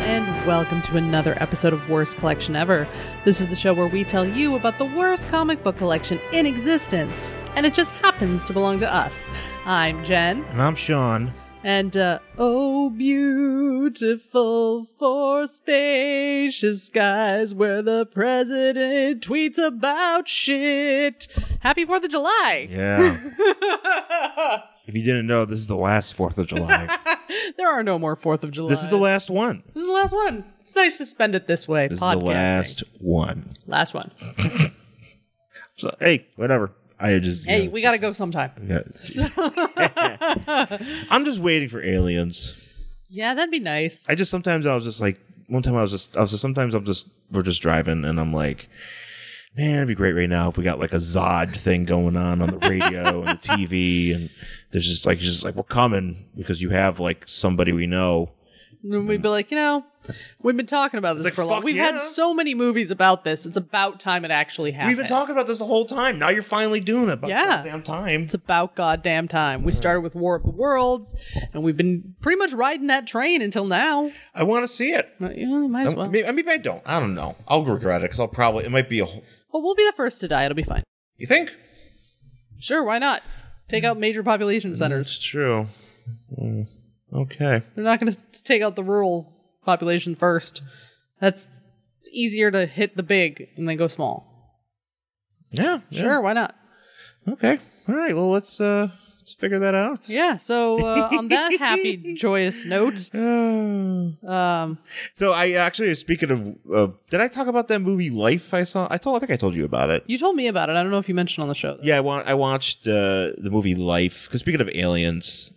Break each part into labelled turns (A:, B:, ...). A: and welcome to another episode of Worst Collection Ever. This is the show where we tell you about the worst comic book collection in existence, and it just happens to belong to us. I'm Jen,
B: And I'm Sean.
A: and uh, oh, beautiful for spacious skies where the president tweets about shit. Happy 4th of July!
B: Yeah. if you didn't know, this is the last 4th of July.
A: There are no more 4th of July.
B: this is the last one.
A: This is the last one. It's nice to spend it this way.
B: This
A: podcasting.
B: is the last one.
A: Last one.
B: So, hey, whatever. I just.
A: Hey,
B: yeah,
A: we gotta go sometime.
B: yeah. I'm just waiting for aliens.
A: Yeah, that'd be nice.
B: I just sometimes I was just like, one time I was just, I was just, sometimes I'm just, we're just driving and I'm like, man, it'd be great right now if we got like a Zod thing going on on the radio and the TV. And there's just like, just like, we're coming because you have like somebody we know.
A: and we'd be like, you know, we've been talking about this
B: Like,
A: for a long.
B: fuck
A: We've
B: yeah.
A: had so many movies about this. It's about time it actually happened.
B: We've been talking about this the whole time. Now you're finally doing it. About
A: Yeah.
B: Damn time.
A: it's about goddamn time. We started with War of the Worlds, and we've been pretty much riding that train until now.
B: I want to see it.
A: But, you know, might as well.
B: Maybe, I mean, maybe I don't. I don't know. I'll regret it because I'll probably. It might be a. wh-
A: Well, we'll be the first to die. It'll be fine.
B: You think?
A: Sure, why not? Take out major population centers.
B: true. Mm, Okay.
A: They're not going to take out the rural population first. That's it's easier to hit the big and then go small.
B: Yeah. yeah.
A: Sure, why not?
B: Okay. All right. Well, let's uh let's figure that out.
A: Yeah. So uh, on that happy, joyous note,
B: Uh,
A: um,
B: so I actually speaking of, uh, did I talk about that movie Life I saw? I told I think I told you about it.
A: you told me about it. I don't know if you mentioned on the show. though.
B: Yeah, I wa- I watched uh, the movie Life because speaking of aliens,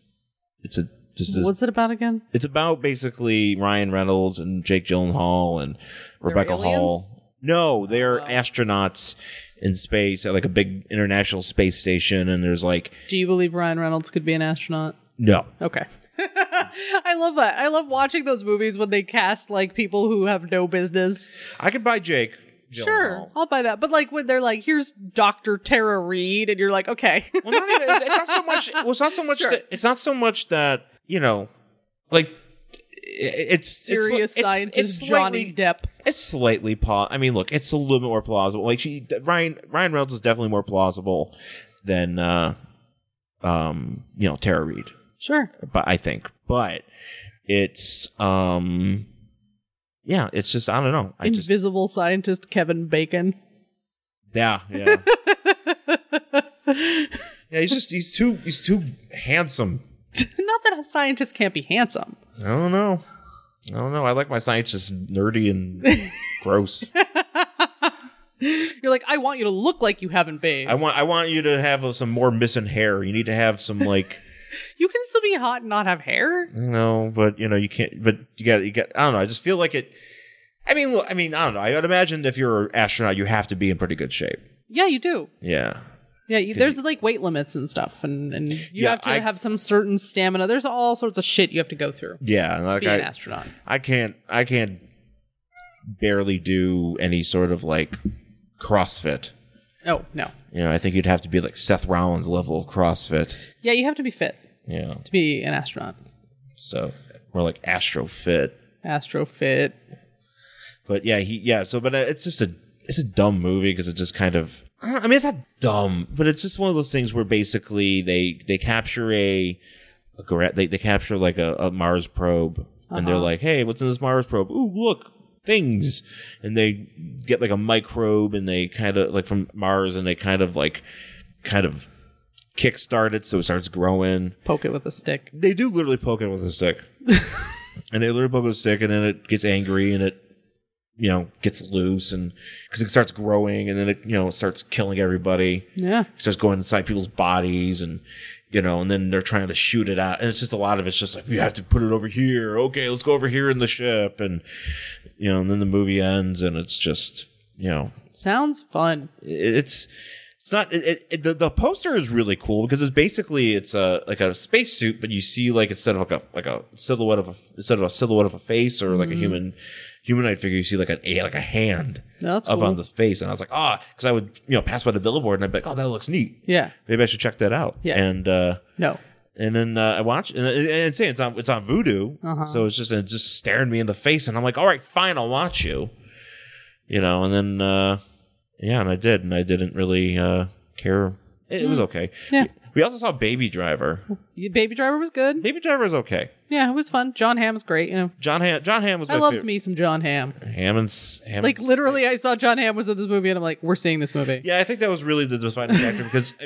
B: it's a just this
A: What's it about again?
B: It's about basically Ryan Reynolds and Jake Gyllenhaal and Rebecca
A: aliens? Oh.
B: Hall. No, they're astronauts in space at like a big international space station, and there's like
A: Do you believe Ryan Reynolds could be an astronaut?
B: no.
A: Okay. I love that. I love watching those movies when they cast like people who have no business.
B: I could buy Jake. Gyllenhaal.
A: Sure, I'll buy that. But like when they're like, "Here's Doctor Tara Reed," and you're like, "Okay."
B: Well, not even, it's not so much. Well, it's not so much. That, it's not so much that you know, like it's
A: Serious
B: it's, it's,
A: scientist
B: it's slightly-
A: Johnny Depp.
B: It's slightly pa I mean, look, it's a little bit more plausible. Like she, Ryan Ryan Reynolds is definitely more plausible than, uh, um, you know, Tara Reid.
A: Sure.
B: But I think, but it's, um, yeah, it's just I don't know. I just
A: Invisible scientist Kevin Bacon.
B: yeah yeah yeah. He's just he's too he's too handsome.
A: Not that a scientist can't be handsome.
B: I don't know. I don't know. I like my science just nerdy and gross.
A: You're like, I want you to look like you haven't bathed.
B: I want I want you to have uh, some more missing hair. You need to have some like.
A: you can still be hot and not have hair.
B: No, but you know you can't. But you got you got. I don't know. I just feel like it. I mean, look. I mean, I don't know. I would imagine if you're an astronaut, you have to be in pretty good shape.
A: Yeah, you do.
B: Yeah.
A: Yeah, you, there's like weight limits and stuff, and, and you
B: Yeah,
A: have to
B: I-
A: have some certain stamina. There's all sorts of shit you have to go through to
B: Yeah. Like
A: be
B: I,
A: an astronaut.
B: I can't. I can't barely do any sort of like CrossFit.
A: Oh no,
B: You know, I think you'd have to be like Seth Rollins level of CrossFit.
A: yeah, you have to be fit
B: Yeah.
A: to be an astronaut.
B: So we're like astrofit.
A: Astrofit.
B: But yeah, he yeah. So, but uh, it's just a it's a dumb movie because it just kind of. I mean, it's not dumb, but it's just one of those things where basically they they capture a, a gra- they they capture like a, a Mars probe and they're like, hey, what's in this Mars probe? Ooh, look things and they get like a microbe and they kind of like from mars and they kind of like kind of kickstart it so it starts growing
A: Poke it with a stick.
B: they do literally poke it with a stick. and they literally poke it with a stick, and then it gets angry and it, you know, gets loose and because it starts growing and then it, you know, starts killing everybody.
A: Yeah,
B: It starts going inside people's bodies and, you know, and then they're trying to shoot it out. And it's just a lot of it's just like, we have to put it over here. Okay, let's go over here in the ship. And, you know, and then the movie ends and it's just, you know,
A: sounds fun.
B: it- it's it's not it, it- it, the the poster is really cool because it's basically it's a like a spacesuit, but you see like instead of like a like a silhouette of a instead of a silhouette of a face or
A: Mm-hmm.
B: like a human humanoid figure, you see like an a like a hand
A: No, that's
B: up
A: cool.
B: on the face, and I was like ah, because I would you know pass by the billboard and I'd be like oh that looks neat,
A: Yeah,
B: maybe I should check that out.
A: Yeah.
B: and uh,
A: no,
B: And then uh, I watch, and, and it's it's on it's on Voodoo,
A: Uh-huh.
B: so it's just it's just staring me in the face, and I'm like, all right, fine, I'll watch you, you know. And then uh, yeah, and I did, and I didn't really uh, care. It, it was okay.
A: Mm. Yeah.
B: We also saw Baby Driver.
A: Y- Baby Driver was good.
B: Baby Driver is okay.
A: Yeah, it was fun. John Hamm's great. You know,
B: John Ham. John Ham was.
A: I
B: my
A: loves
B: favorite.
A: me some John Hamm.
B: Ham and s- Ham and
A: Like
B: s-
A: literally, I saw John Hamm was in this movie, and I'm like, we're seeing this movie.
B: Yeah, I think that was really the defining factor because I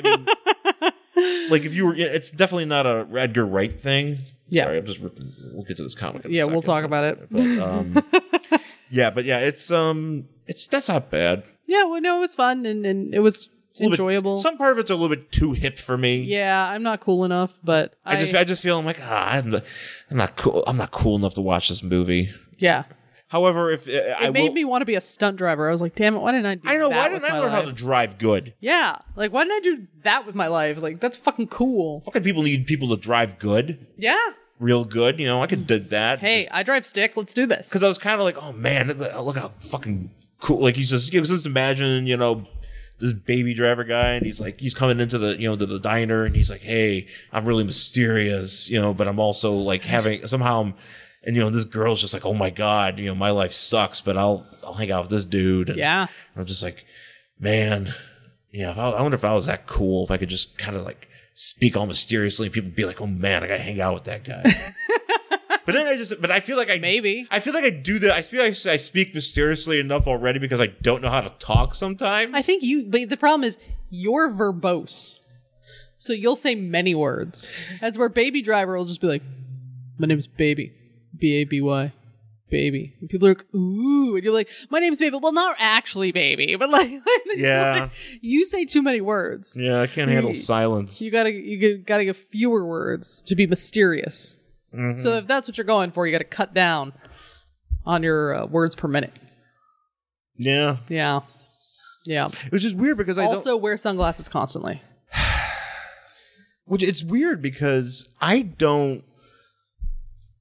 B: mean, like if you were, it's definitely not a Edgar Wright thing.
A: Yeah.
B: Sorry, I'm just ripping. We'll get to this comic. in a
A: Yeah, we we'll
B: second.
A: talk about it.
B: Um, yeah, but yeah, it's um, it's that's not bad.
A: Yeah, well, no, it was fun and, and it was
B: A little bit-
A: enjoyable.
B: some part of it's a little bit too hip for me.
A: yeah, I'm not cool enough, but I,
B: I just, I just feel I'm like, ah, I'm not, I'm not cool. I'm not cool enough to watch this movie.
A: yeah,
B: However, if uh,
A: it
B: I
A: made
B: will,
A: me want to be a stunt driver. I was like, damn it, why didn't I? Do
B: I know
A: that
B: why
A: with
B: didn't I
A: my
B: learn how
A: life?
B: to drive good?
A: Yeah, like why didn't I do that with my life? Like that's fucking cool.
B: Fucking people need people to drive good,
A: Yeah.
B: real good. You know, I could did that.
A: Mm. Hey, I drive stick. Let's do this.
B: because I was kind of like, oh man, look, look how fucking cool. Like he's just, you know, just imagine, you know, this baby driver guy, and he's like, he's coming into the, you know, to the diner, and he's like, hey, I'm really mysterious, you know, but I'm also like having somehow, I'm, and you know, this girl's just like, oh my god, you know, my life sucks, but I'll, I'll hang out with this dude. And
A: Yeah.
B: I'm just like, man, yeah. If I, I wonder if I was that cool, if I could just kind of like speak all mysteriously, and people would be like, oh man, I gotta hang out with that guy. but then I just, but I feel like I
A: Maybe.
B: I feel like I do that. I feel like I speak mysteriously enough already because I don't know how to talk sometimes.
A: I think you, but the problem is you're verbose. So you'll say many words. That's where Baby Driver will just be like, my name's Baby. B A B Y. Baby. And people are like, ooh. And you're like, my name's Baby. Well, not actually Baby, but like,
B: Yeah.
A: you say too many words.
B: yeah, I can't handle silence.
A: You gotta, you g- gotta give fewer words to be mysterious.
B: Mm-hmm.
A: So if that's what you're going for, you gotta cut down on your uh, words per minute.
B: yeah,
A: Yeah. Yeah.
B: which is weird because I don't.
A: Also, wear sunglasses constantly.
B: Which it's weird because I don't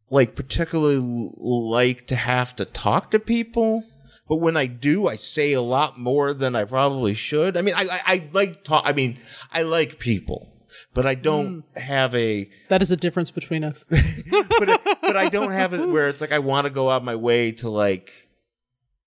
B: like particularly l- like to have to talk to people. But when I do, I say a lot more than I probably should. I mean, I I, I like talk. I mean, I like people, but I don't have a
A: That is a difference between us.
B: but but I don't have it where it's like I want to go out my way to like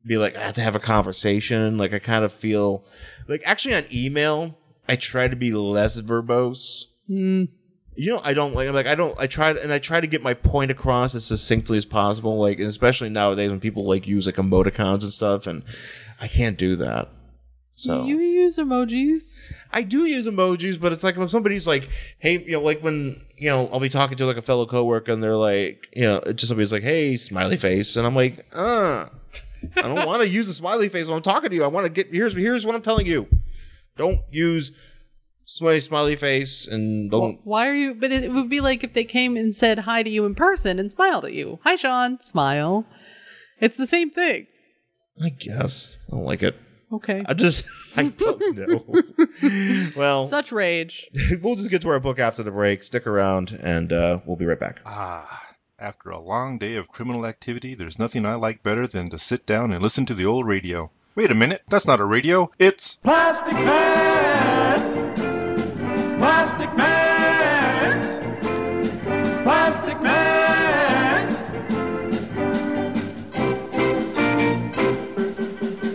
B: be like I have to have a conversation. Like I kind of feel like actually on email I try to be less verbose. You know I don't like I'm like I don't I try to- and I try to get my point across as succinctly as possible. Like and especially nowadays when people like use like emoticons and stuff, and I can't do that. So
A: You use emojis.
B: I do use emojis, but it's like when somebody's like, "Hey, you know, like when you know, I'll be talking to like a fellow coworker, and they're like, you know, it's just somebody's like, "Hey, smiley face," and I'm like, "Uh, I don't want to use a smiley face when I'm talking to you. I want to get here's here's what I'm telling you. Don't use smiley smiley face, and don't."
A: Why are you? But it would be like if they came and said hi to you in person and smiled at you. Hi, Sean. Smile. It's the same thing.
B: I guess I don't like it.
A: Okay.
B: I just I don't know. well,
A: Such rage.
B: we'll just get to our book after the break. Stick around, and uh, we'll be right back.
C: Ah, after a long day of criminal activity, there's nothing I like better than to sit down and listen to the old radio. Wait a minute, that's not a radio, it's.
D: Plastic Man! Plastic Man! Plastic Man!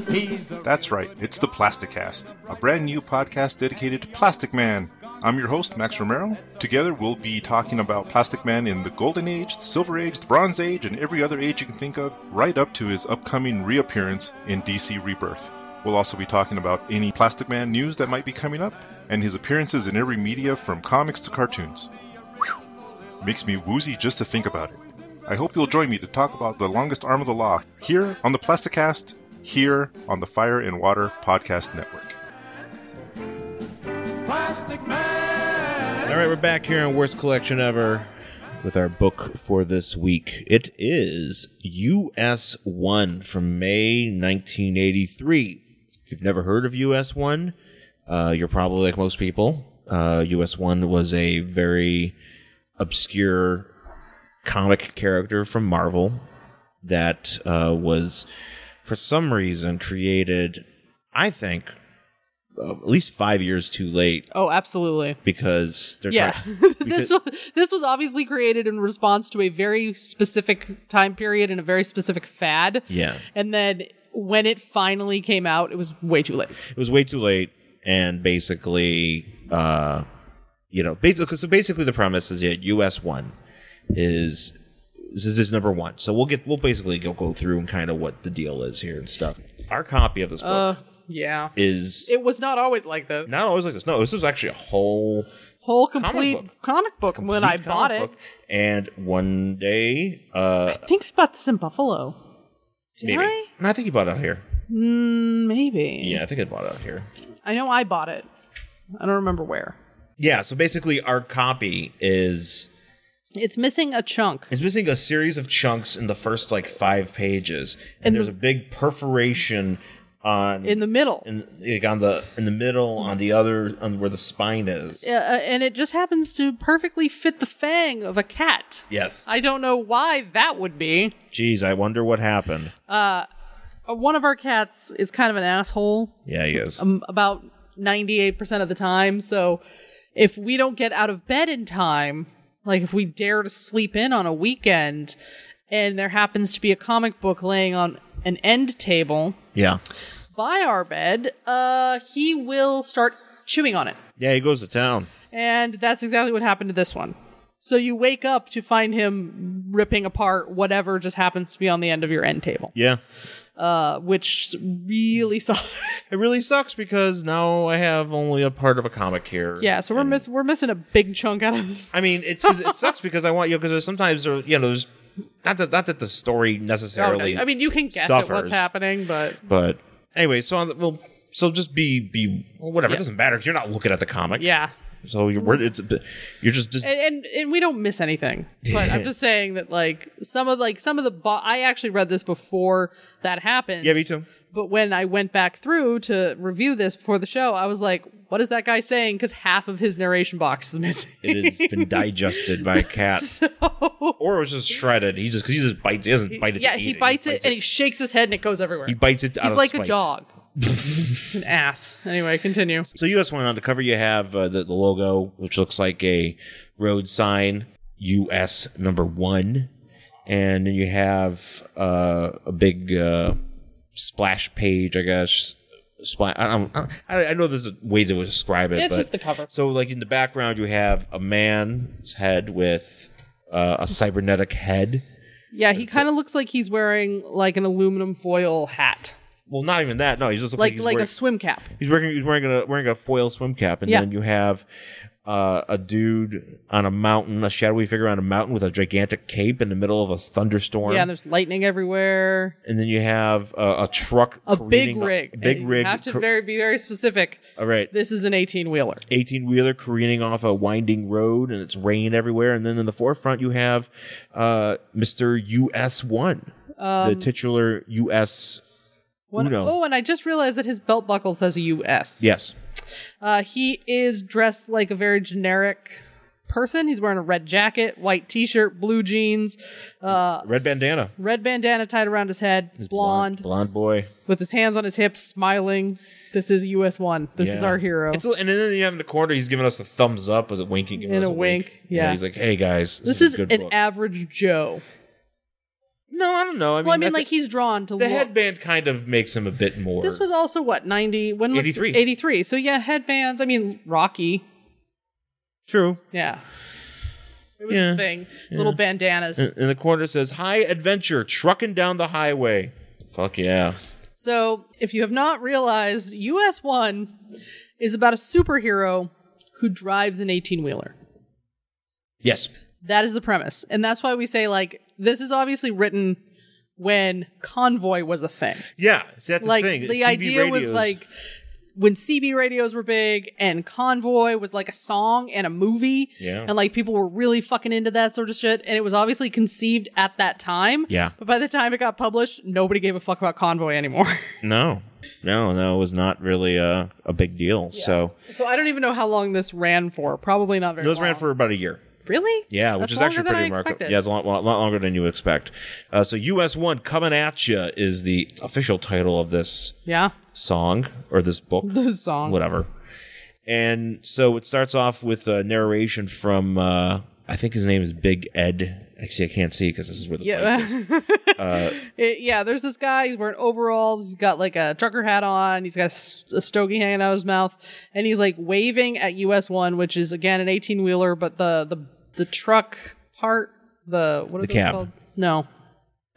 D: He's the
C: That's right, it's the Plasticast, a brand new podcast dedicated to Plastic Man. I'm your host, Max Romero. Together, we'll be talking about Plastic Man in the Golden Age, the Silver Age, the Bronze Age, and every other age you can think of, right up to his upcoming reappearance in DC Rebirth. We'll also be talking about any Plastic Man news that might be coming up, and his appearances in every media from comics to cartoons. Whew. Makes me woozy just to think about it. I hope you'll join me to talk about the longest arm of the law here on the Plasticast, here on the Fire and Water Podcast Network.
D: Plastic Man!
B: All right, we're back here on Worst Collection Ever with our book for this week. It is US 1 from May 1983. If you've never heard of US 1, uh, you're probably like most people. Uh, US 1 was a very obscure comic character from Marvel that uh, was, for some reason, created, I think, uh, at least five years too late
A: Oh, absolutely.
B: because they're
A: Yeah.
B: trying-
A: this,
B: because-
A: wa- this was obviously created in response to a very specific time period and a very specific fad.
B: yeah.
A: And then when it finally came out, it was way too late.
B: it was way too late and basically uh you know basically so basically the premise is yeah us one is this is number one so we'll get we'll basically go go through and kind of what the deal is here and stuff our copy of this book
A: Yeah.
B: is
A: Uh, It was not always like this.
B: not always like this no this was actually a whole
A: Whole complete
B: Comic
A: comic
B: book.
A: book, when I
B: complete
A: bought
B: comic
A: it.
B: book. and one day uh
A: I think I bought this in Buffalo. Did
B: maybe
A: I?
B: No, i think you bought it out here
A: Maybe.
B: yeah i think i bought it out here
A: I know I bought it. I don't remember where.
B: yeah so basically our copy is
A: It's missing a chunk.
B: It's missing a series of chunks in the first like five pages, and, there's a big perforation on
A: in the middle.
B: in, like on the in the middle on the other on where the spine is.
A: uh, and it just happens to perfectly fit the fang of a cat.
B: Yes.
A: I don't know why that would be.
B: Jeez, I wonder what happened.
A: Uh, One of our cats is kind of an asshole
B: yeah, he is.
A: um, about 98% of the time. So if we don't get out of bed in time, like if we dare to sleep in on a weekend and there happens to be a comic book laying on an end table
B: yeah.
A: by our bed, uh, he will start chewing on it.
B: Yeah, he goes to town.
A: And that's exactly what happened to this one. So you wake up to find him ripping apart whatever just happens to be on the end of your end table,
B: Yeah.
A: uh, which really sucks.
B: It really sucks because now I have only a part of a comic here.
A: yeah, so we're miss we're missing a big chunk out of this.
B: I mean, it's 'cause it sucks because I want you because sometimes there, you know there's not that not that the story
A: Oh, no.
B: necessarily.
A: I mean, you can guess at
B: suffers.
A: what's happening, but
B: But anyway, so on the, well, so just be be well, whatever. It
A: Yeah.
B: doesn't matter because you're not looking at the comic.
A: yeah,
B: So you're we're- it's a bit- you're just just
A: and and, and we don't miss anything. But I'm just saying that like some of like some of the bo- I actually read this before that happened.
B: yeah, me too.
A: But when I went back through to review this before the show, I was like, what is that guy saying? Because half of his narration box is missing.
B: It has been digested by a cat, or it was just shredded. He just because he just bites. He doesn't bite it. to
A: yeah,
B: eat
A: he bites it, and he
B: He
A: shakes his head and it goes everywhere.
B: he bites it. out
A: He's
B: of
A: like
B: spite.
A: a dog. He's an ass. Anyway, continue.
B: So US one on the cover you have uh, the, the logo, which looks like a road sign, US number one, and then you have uh, a big uh, splash page, I guess. Splash. I, don't, I, I know there's a way to describe it.
A: It's
B: but-
A: just the cover.
B: So, like in the background, you have a man's head with uh, a cybernetic head.
A: Yeah, he kind of looks like he's wearing like an aluminum foil hat,
B: Well, not even that. No, he just looks
A: like
B: like, he's
A: like a
B: wearing-
A: swim cap.
B: He's wearing he's wearing a wearing a foil swim cap, and
A: Yeah.
B: then you have uh, a dude on a mountain, a shadowy figure on a mountain with a gigantic cape in the middle of a thunderstorm.
A: Yeah, and there's lightning everywhere.
B: and then you have uh, a truck,
A: A
B: careening-
A: big rig.
B: big
A: You
B: rig.
A: Have to
B: car-
A: very be very specific.
B: all right,
A: This is an 18 wheeler.
B: eighteen wheeler careening off a winding road, and it's rain everywhere. And then in the forefront, you have uh, Mister US One,
A: Um,
B: the titular US.
A: One-
B: Uno.
A: Oh, and I just realized that his belt buckle says US.
B: Yes,
A: Uh, he is dressed like a very generic person. He's wearing a red jacket, white t-shirt, blue jeans, uh,
B: red bandana,
A: red bandana tied around his head, blonde,
B: blonde boy.
A: with his hands on his hips, smiling. This is US one. This is
B: Yeah.
A: our hero.
B: It's a- and then you have in the corner, he's giving us a thumbs up, was it winking? giving
A: In
B: us
A: a wink,
B: You know,
A: yeah.
B: he's like, "Hey guys, this,
A: this is
B: a good
A: an
B: book."
A: average Joe.
B: no, I don't know. I mean,
A: Well, I mean,
B: that-
A: like he's drawn to
B: the
A: look-
B: headband kind of makes him a bit more.
A: This was also what ninety when was
B: 83.
A: eighty three. So yeah, headbands. I mean, Rocky.
B: true.
A: Yeah, it was
B: Yeah. Uh,
A: a thing. Little bandanas.
B: In, in the corner says, "High adventure, trucking down the highway." Fuck yeah!
A: So, if you have not realized, US 1 is about a superhero who drives an 18 wheeler.
B: Yes,
A: That is the premise. And that's why we say, like, this is obviously written when Convoy was a thing.
B: yeah. See, that's
A: Like,
B: the thing.
A: the,
B: CB
A: idea was
B: radios-
A: like when CB radios were big and Convoy was like a song and a movie.
B: Yeah.
A: And like people were really fucking into that sort of shit. And it was obviously conceived at that time.
B: Yeah.
A: But by the time it got published, nobody gave a fuck about Convoy anymore.
B: no, no, no. It was not really a a big deal. So
A: So I don't even know how long this ran for. Probably not very
B: those
A: long.
B: ran for about a year.
A: Really?
B: Yeah,
A: That's
B: which is
A: longer
B: actually
A: than
B: pretty
A: I
B: remarkable.
A: expected.
B: Yeah, it's a lot, lot, lot longer than you would expect. Uh, so US One Coming At Ya is the official title of this
A: yeah.
B: song or this book.
A: The song.
B: whatever. And so it starts off with a narration from uh, I think his name is Big Ed. Actually, I can't see because this is where the yeah.
A: Yeah.
B: uh,
A: It- yeah, there's this guy. He's wearing overalls. He's got like a trucker hat on. He's got a, s- a stogie hanging out of his mouth, and he's like waving at US one, which is again an 18 wheeler, but the the the truck part, the what are
B: The
A: those
B: cab.
A: called? No,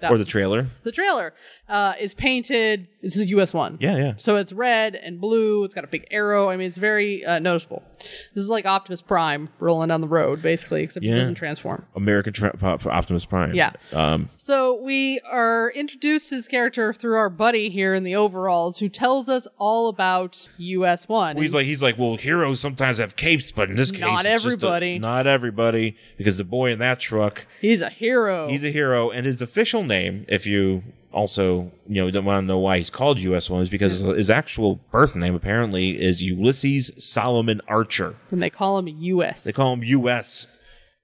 B: or the trailer.
A: the trailer uh, is painted. This is US one.
B: Yeah, yeah.
A: So it's red and blue. It's got a big arrow. I mean, it's very uh, noticeable. This is like Optimus Prime rolling down the road, basically, except
B: Yeah.
A: it doesn't transform.
B: American tra- Pop- Optimus Prime.
A: Yeah.
B: Um,
A: So we are introduced to this character through our buddy here in the overalls, who tells us all about US One.
B: he's like he's like well heroes sometimes have capes but in this case
A: Not
B: it's just a-
A: everybody.
B: not everybody because the boy in that truck
A: He's a hero.
B: he's a hero and his official name if you also you know don't want to know why he's called US one is because his actual birth name apparently is Ulysses Solomon Archer.
A: and they call him US.
B: They call him U.S.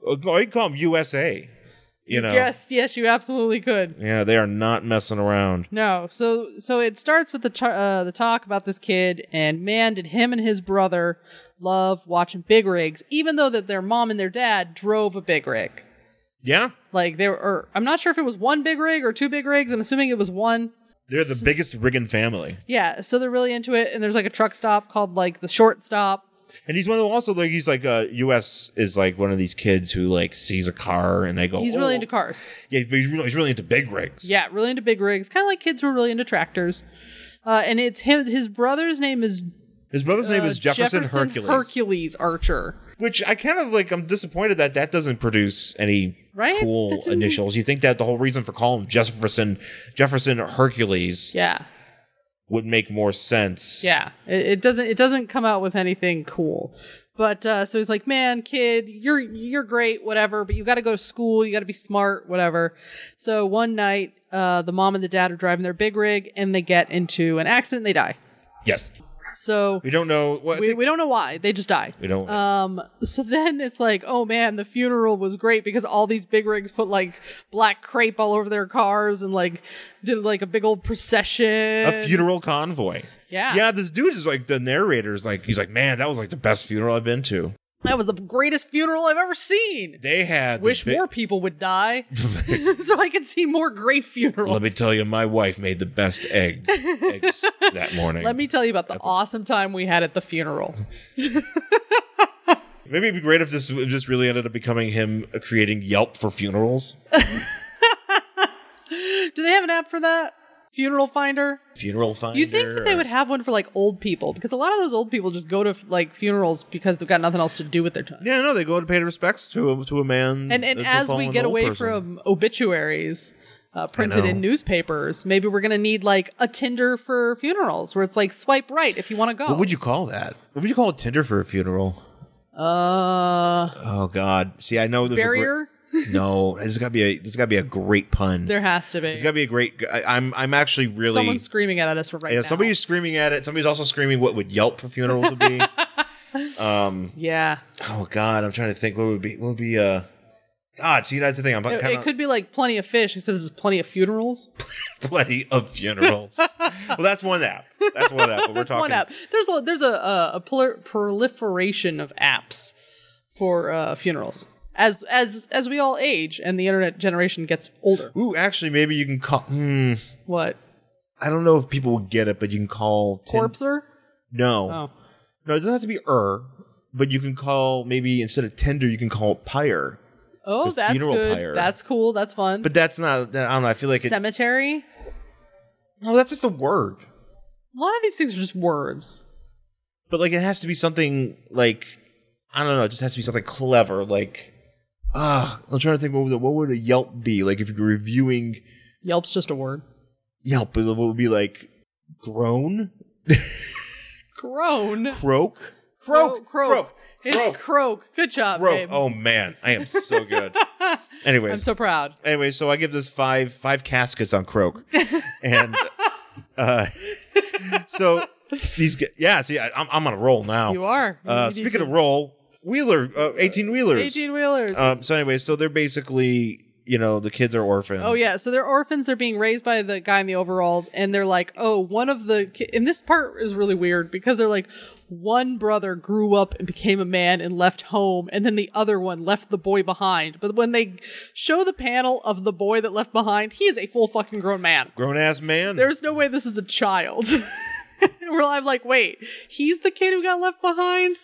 B: Uh, They call him USA. You know.
A: Yes, yes, you absolutely could.
B: Yeah, they are not messing around.
A: No, so so it starts with the t- uh, the talk about this kid, and man, did him and his brother love watching big rigs, even though that their mom and their dad drove a big rig.
B: Yeah,
A: Like there, or I'm not sure if it was one big rig or two big rigs. I'm assuming it was one.
B: they're the biggest rigging family,
A: Yeah, so they're really into it, and there's like a truck stop called like the short stop.
B: and he's one of the, also like he's like uh, U.S. is like one of these kids who like sees a car and they go.
A: He's
B: "Oh."
A: really into cars.
B: Yeah, but he's really, he's really into big rigs.
A: Yeah, really into big rigs, kind of like kids who are really into tractors. Uh, and it's him. His brother's name is
B: His brother's name
A: uh,
B: is Jefferson, Hercules,
A: Hercules Archer.
B: which I kind of like. I'm disappointed that that doesn't produce any
A: Right?
B: cool
A: That didn't-
B: initials. You think that the whole reason for calling him Jefferson Jefferson Hercules
A: Yeah,
B: would make more sense?
A: yeah. It, it doesn't. It doesn't come out with anything cool. But uh, so he's like, "Man, kid, you're you're great, whatever. But you got to go to school. You got to be smart, whatever." So one night, uh, the mom and the dad are driving their big rig, and they get into an accident. and They die.
B: Yes.
A: So
B: We don't know. What,
A: we, we don't know why they just die.
B: We don't.
A: Um, so then it's like, oh man, the funeral was great because all these big rigs put like black crepe all over their cars and like did like a big old procession.
B: a funeral convoy.
A: Yeah.
B: Yeah, this dude is like the narrator's like he's like, man, that was like the best funeral I've been to.
A: That was the greatest funeral I've ever seen.
B: They had the
A: Wish
B: bi-
A: more people would die so I could see more great funerals.
B: Let me tell you, my wife made the best egg eggs that morning.
A: Let me tell you about the awesome time we had at the funeral.
B: Maybe it'd be great if this if this really ended up becoming him creating Yelp for funerals.
A: Do they have an app for that? Funeral Finder?
B: Funeral finder.
A: You think that they would have one for like old people because a lot of those old people just go to like funerals because they've got nothing else to do with their time.
B: Yeah, no, they go to pay their respects to a, to a man.
A: and and
B: to a
A: as we
B: fallen
A: get
B: old
A: away
B: person.
A: from obituaries uh, printed
B: know.
A: in newspapers, maybe we're gonna need like a Tinder for funerals where it's like swipe right if you want to go.
B: What would you call that? What would you call a Tinder for a funeral?
A: uh,
B: Oh God! See, I know there's
A: barrier?
B: A gr- no, there's got to be a there's got to be a great pun.
A: There has to be.
B: It's gotta be a great. I, I'm I'm actually really.
A: Someone's screaming at us right
B: yeah,
A: now.
B: somebody's screaming at it. Somebody's also screaming what would Yelp for funerals would be.
A: yeah,
B: oh God, I'm trying to think what would be what would be uh God, see that's the thing. I'm
A: it,
B: kind
A: it
B: of
A: could be like plenty of fish, except there's plenty of funerals.
B: plenty of funerals. well, that's one app. That's one app. But we're talking.
A: One app. There's a there's a a, a prol- proliferation of apps for uh, funerals. As as as we all age and the internet generation gets older.
B: Ooh, actually, maybe you can call. Hmm,
A: What
B: I don't know if people would get it, but you can call. Tin-
A: corpser?
B: No,
A: Oh.
B: no, it doesn't have to be er, but you can call maybe instead of Tinder, you can call Pyre.
A: Oh,
B: the
A: that's
B: funeral
A: good.
B: pyre.
A: That's cool. That's fun.
B: But that's not. I don't know. I feel like it,
A: cemetery.
B: no, that's just a word.
A: A lot of these things are just words.
B: but like it has to be something like I don't know. It just has to be something clever. Like ah, I'm trying to think. What would what would a Yelp be like if you're reviewing
A: Yelp's just a word.
B: Yelp? What would be like groan,
A: Groan.
B: croak,
A: Croak.
B: croak,
A: croak. It's croak.
B: croak,
A: Good job,
B: croak.
A: babe.
B: Oh man, I am so good.
A: I'm
B: Anyways,
A: so proud.
B: anyway, so I give this five five caskets on croak, and uh, so these g- yeah. See, I, I'm I'm on a roll now.
A: You are.
B: Uh, speaking of roll, Wheeler, uh, 18 Wheelers.
A: 18 wheelers.
B: Um, so anyway, so they're basically, you know, the kids are orphans.
A: Oh yeah, so they're orphans. They're being raised by the guy in the overalls, and they're like, oh, one of the. Ki-. And this part is really weird because they're like, one brother grew up and became a man and left home, and then the other one left the boy behind. But when they show the panel of the boy that left behind, he is a full fucking grown man.
B: Grown ass man.
A: There's no way this is a child. and we're I'm like, wait, he's the kid who got left behind.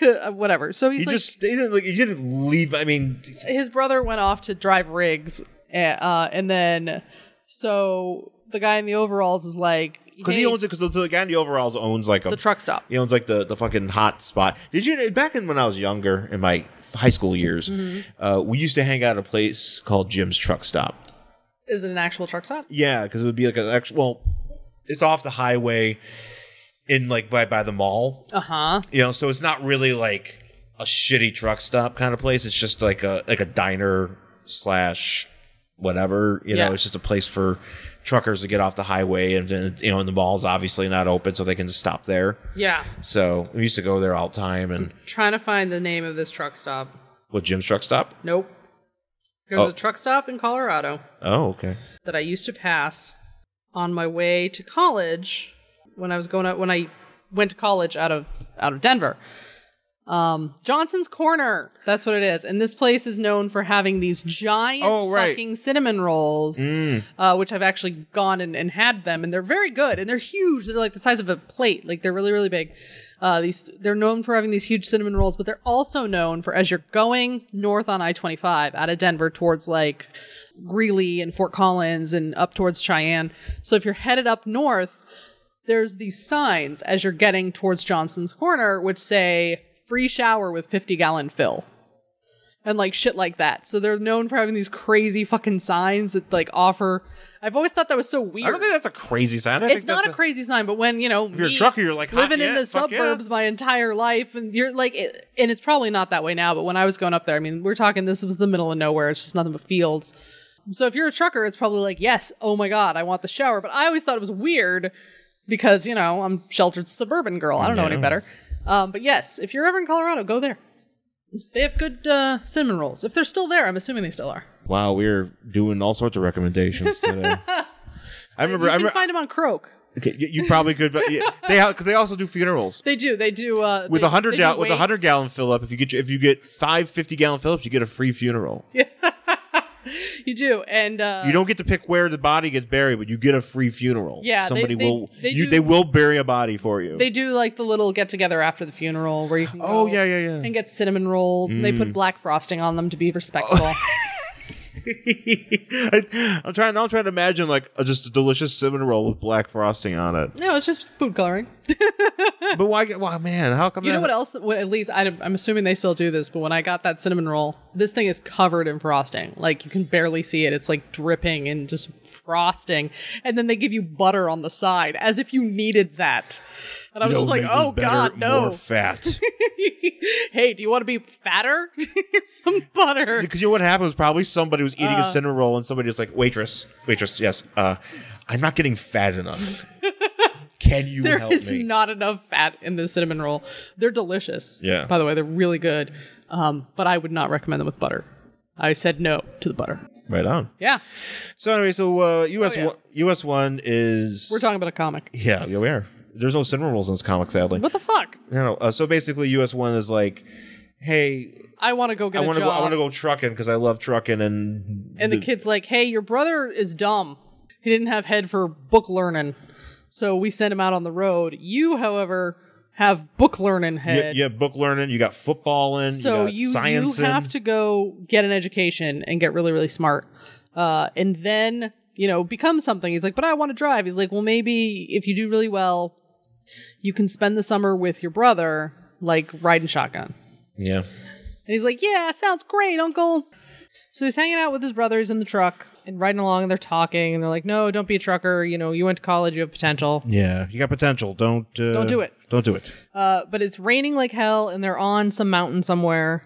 A: 'Cause- uh, Whatever. So he's
B: he
A: like,
B: just he didn't like he didn't leave. I mean,
A: his brother went off to drive rigs, eh, uh, and then so the guy in the overalls is like,
B: because
A: "Hey,
B: he owns it because the guy in the overalls owns like a
A: the truck stop.
B: He owns like the the fucking hot spot. Did you back in when I was younger in my high school years? Uh, we used to hang out at a place called Jim's Truck Stop.
A: Is it an actual truck stop?
B: Yeah, because it would be like an actual. Well, it's off the highway, in like by by the mall.
A: Uh huh.
B: You know, so it's not really like a shitty truck stop kind of place. It's just like a like a diner slash whatever. You
A: Yeah.
B: know, it's just a place for truckers to get off the highway, and then you know, and the mall's obviously not open, so they can just stop there.
A: Yeah.
B: So we used to go there all the time, and
A: Trying to find the name of this truck stop.
B: what Jim's truck stop?
A: Nope. There's
B: Oh.
A: a truck stop in Colorado
B: Oh, okay.
A: that I used to pass on my way to college when I was going out when I went to college out of out of Denver. Um, Johnson's Corner. That's what it is. And this place is known for having these giant
B: Oh, right. Mm.
A: fucking cinnamon rolls, uh, which I've actually gone and, and had them, and they're very good and they're huge. They're like the size of a plate. Like they're really, really big. Uh, these they're known for having these huge cinnamon rolls, but they're also known for as you're going north on I-25 out of Denver towards like Greeley and Fort Collins and up towards Cheyenne. So if you're headed up north, there's these signs as you're getting towards Johnson's Corner, which say free shower with 50 gallon fill and like shit like that. So they're known for having these crazy fucking signs that like offer. I've always thought that was so weird.
B: I don't think that's a crazy sign. I
A: it's
B: think
A: not
B: that's
A: a crazy sign, but when you know,
B: you're a
A: me
B: trucker, you're like, hot,
A: living in
B: yeah,
A: the
B: fuck yeah.
A: suburbs my entire life, and you're like, it, and it's probably not that way now. But when I was going up there, I mean, we're talking this was the middle of nowhere. It's just nothing but fields. So if you're a trucker, it's probably like, yes, oh my god, I want the shower. But I always thought it was weird because you know I'm sheltered suburban girl. I don't know any better. Um, but yes, if you're ever in Colorado, go there. They have good uh, cinnamon rolls. If they're still there, I'm assuming they still are.
B: Wow, we're doing all sorts of recommendations today. I remember.
A: You
B: I
A: can
B: remember.
A: find them on Croak.
B: okay, you, you probably could, but yeah, they because they also do funerals.
A: They do. They do. Uh,
B: With
A: they-
B: a hundred
A: they do
B: gal- with a
A: wakes.
B: hundred gallon fill up, if you get your, if you get five fifty gallon fill ups, you get a free funeral.
A: You do, and uh,
B: You don't get to pick where the body gets buried, but you get a free funeral.
A: Yeah, they-
B: somebody
A: they-
B: will
A: they
B: you
A: do-
B: they will bury a body for you.
A: They do like the little get together after the funeral where you can
B: Oh,
A: go
B: yeah, Mm. yeah, yeah.
A: and get cinnamon rolls and they put black frosting on them to be respectful.
B: Oh. I, I'm trying. I'm trying to imagine like a, just a delicious cinnamon roll with black frosting on it.
A: no, it's just food coloring.
B: But why? get- Why, man? How come?
A: You know
B: that-
A: what else? What, at least I, am assuming they still do this, but when I got that cinnamon roll, this thing is covered in frosting. Like you can barely see it. It's like dripping and just frosting. And then they give you butter on the side as if you needed that. And I was
B: No
A: just like,
B: makes us
A: oh
B: better,
A: God, no.
B: more fat.
A: hey, do you want to be fatter? Here's some butter.
B: Because you know what happened was probably somebody was
A: Uh.
B: eating a cinnamon roll and somebody was like, waitress, waitress, yes, uh, I'm not getting fat enough. Can you
A: There
B: help
A: is
B: me?
A: not enough fat in the cinnamon roll. They're delicious.
B: Yeah.
A: By the way, they're really good. Um, but I would not recommend them with butter. I said no to the butter.
B: right on.
A: Yeah.
B: So anyway, so uh, US
A: Oh, yeah.
B: one, US one is
A: We're talking about a comic.
B: yeah, yeah, we are. There's no cinnamon rolls in this comic, sadly.
A: What the fuck?
B: No, no. Uh, so basically, US one is like, hey,
A: I want to go
B: I
A: get a
B: want to
A: job.
B: go, I want to go trucking because I love trucking, and
A: And the kid's like, hey, your brother is dumb. He didn't have head for book learning. So we sent him out on the road. You, however, have book learning
B: you,
A: head.
B: you have book learning, you got football in,
A: So
B: you got
A: you you
B: science in.
A: have to go get an education and get really really smart, uh, and then you know become something. He's like, but I want to drive. He's like, well, maybe if you do really well, you can spend the summer with your brother, like riding shotgun.
B: yeah.
A: And he's like, Yeah, sounds great, Uncle. So he's hanging out with his brothers in the truck and riding along and they're talking and they're like, No, don't be a trucker. You know, you went to college, you have potential.
B: Yeah, you got potential. Don't uh, don't
A: do it.
B: Don't do it.
A: Uh, but it's raining like hell and they're on some mountain somewhere.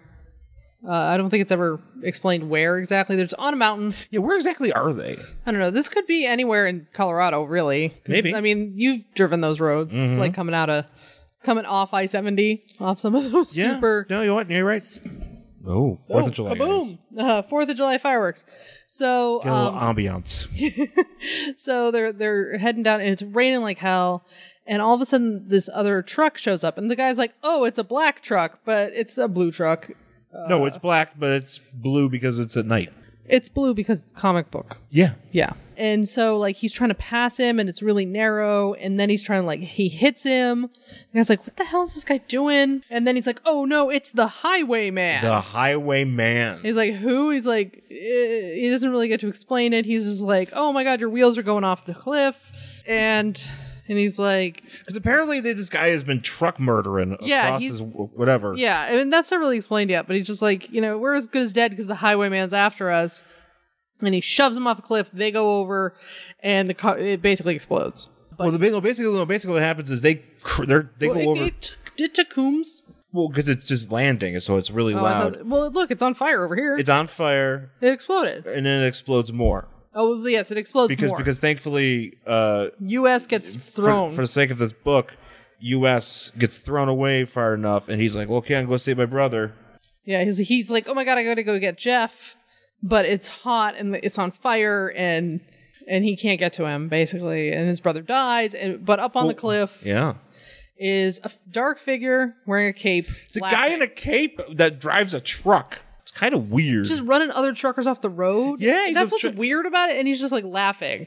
A: Uh, I don't think it's ever explained where exactly. They're just on a mountain.
B: Yeah, where exactly are they?
A: I don't know. This could be anywhere in Colorado, really. 'Cause,
B: Maybe.
E: Mm-hmm.
A: I mean, you've driven those roads. It's like coming out of coming off I seventy, off some of those
E: Yeah.
A: super
E: No, you know what? You're right.
B: Oh, Fourth of July.
A: kaboom uh, Fourth of July fireworks. So
B: Get a
A: um,
B: little ambiance.
A: so they're they're heading down and it's raining like hell and all of a sudden this other truck shows up and the guy's like oh it's a black truck but it's a blue truck
B: no, it's black, but it's blue because it's at night.
A: it's blue because comic book
B: Yeah.
A: yeah and so like he's trying to pass him and it's really narrow and then he's trying to like he hits him the guy's like what the hell is this guy doing and then he's like oh no it's the highwayman
B: The Highwayman.
A: He's like, who? He's like, eh, he doesn't really get to explain it. He's just like, oh my god, your wheels are going off the cliff, and and he's like,
B: Because apparently they, this guy has been truck murdering
A: Yeah,
B: across
A: he's-
B: his w- whatever.
A: Yeah, I mean that's not really explained yet, but he's just like, you know, we're as good as dead because the highwayman's after us, and he shoves him off a cliff. They go over, and the car it basically explodes.
B: well, the big, well, basically, well, basically what happens is they cr- they're, they
A: Well,
B: go
A: it,
B: over.
A: It, it took Coombs.
B: well, because it's just landing, so it's really
A: Oh, I
B: loud.
A: thought- well, look, it's on fire over here.
B: it's on fire,
A: it exploded.
B: and then it explodes more
A: Oh yes, it explodes
B: because
A: more.
B: because thankfully, uh,
A: U.S. gets
B: for-
A: thrown.
B: for, the sake of this book, U.S. gets thrown away far enough, and he's like, well, "Okay, I'm going to save my brother."
A: Yeah, he's, he's like, oh my god, I gotta go get Jeff, but it's hot and it's on fire and and he can't get to him basically, and his brother dies. And but up on the cliff
B: Yeah,
A: is a f- dark figure wearing a cape.
B: it's a guy in a cape that drives a truck. It's kind of weird.
A: just running other truckers off the road.
B: Yeah, he's
A: that's
B: a
A: what's
B: tru-
A: weird about it. And he's just like laughing.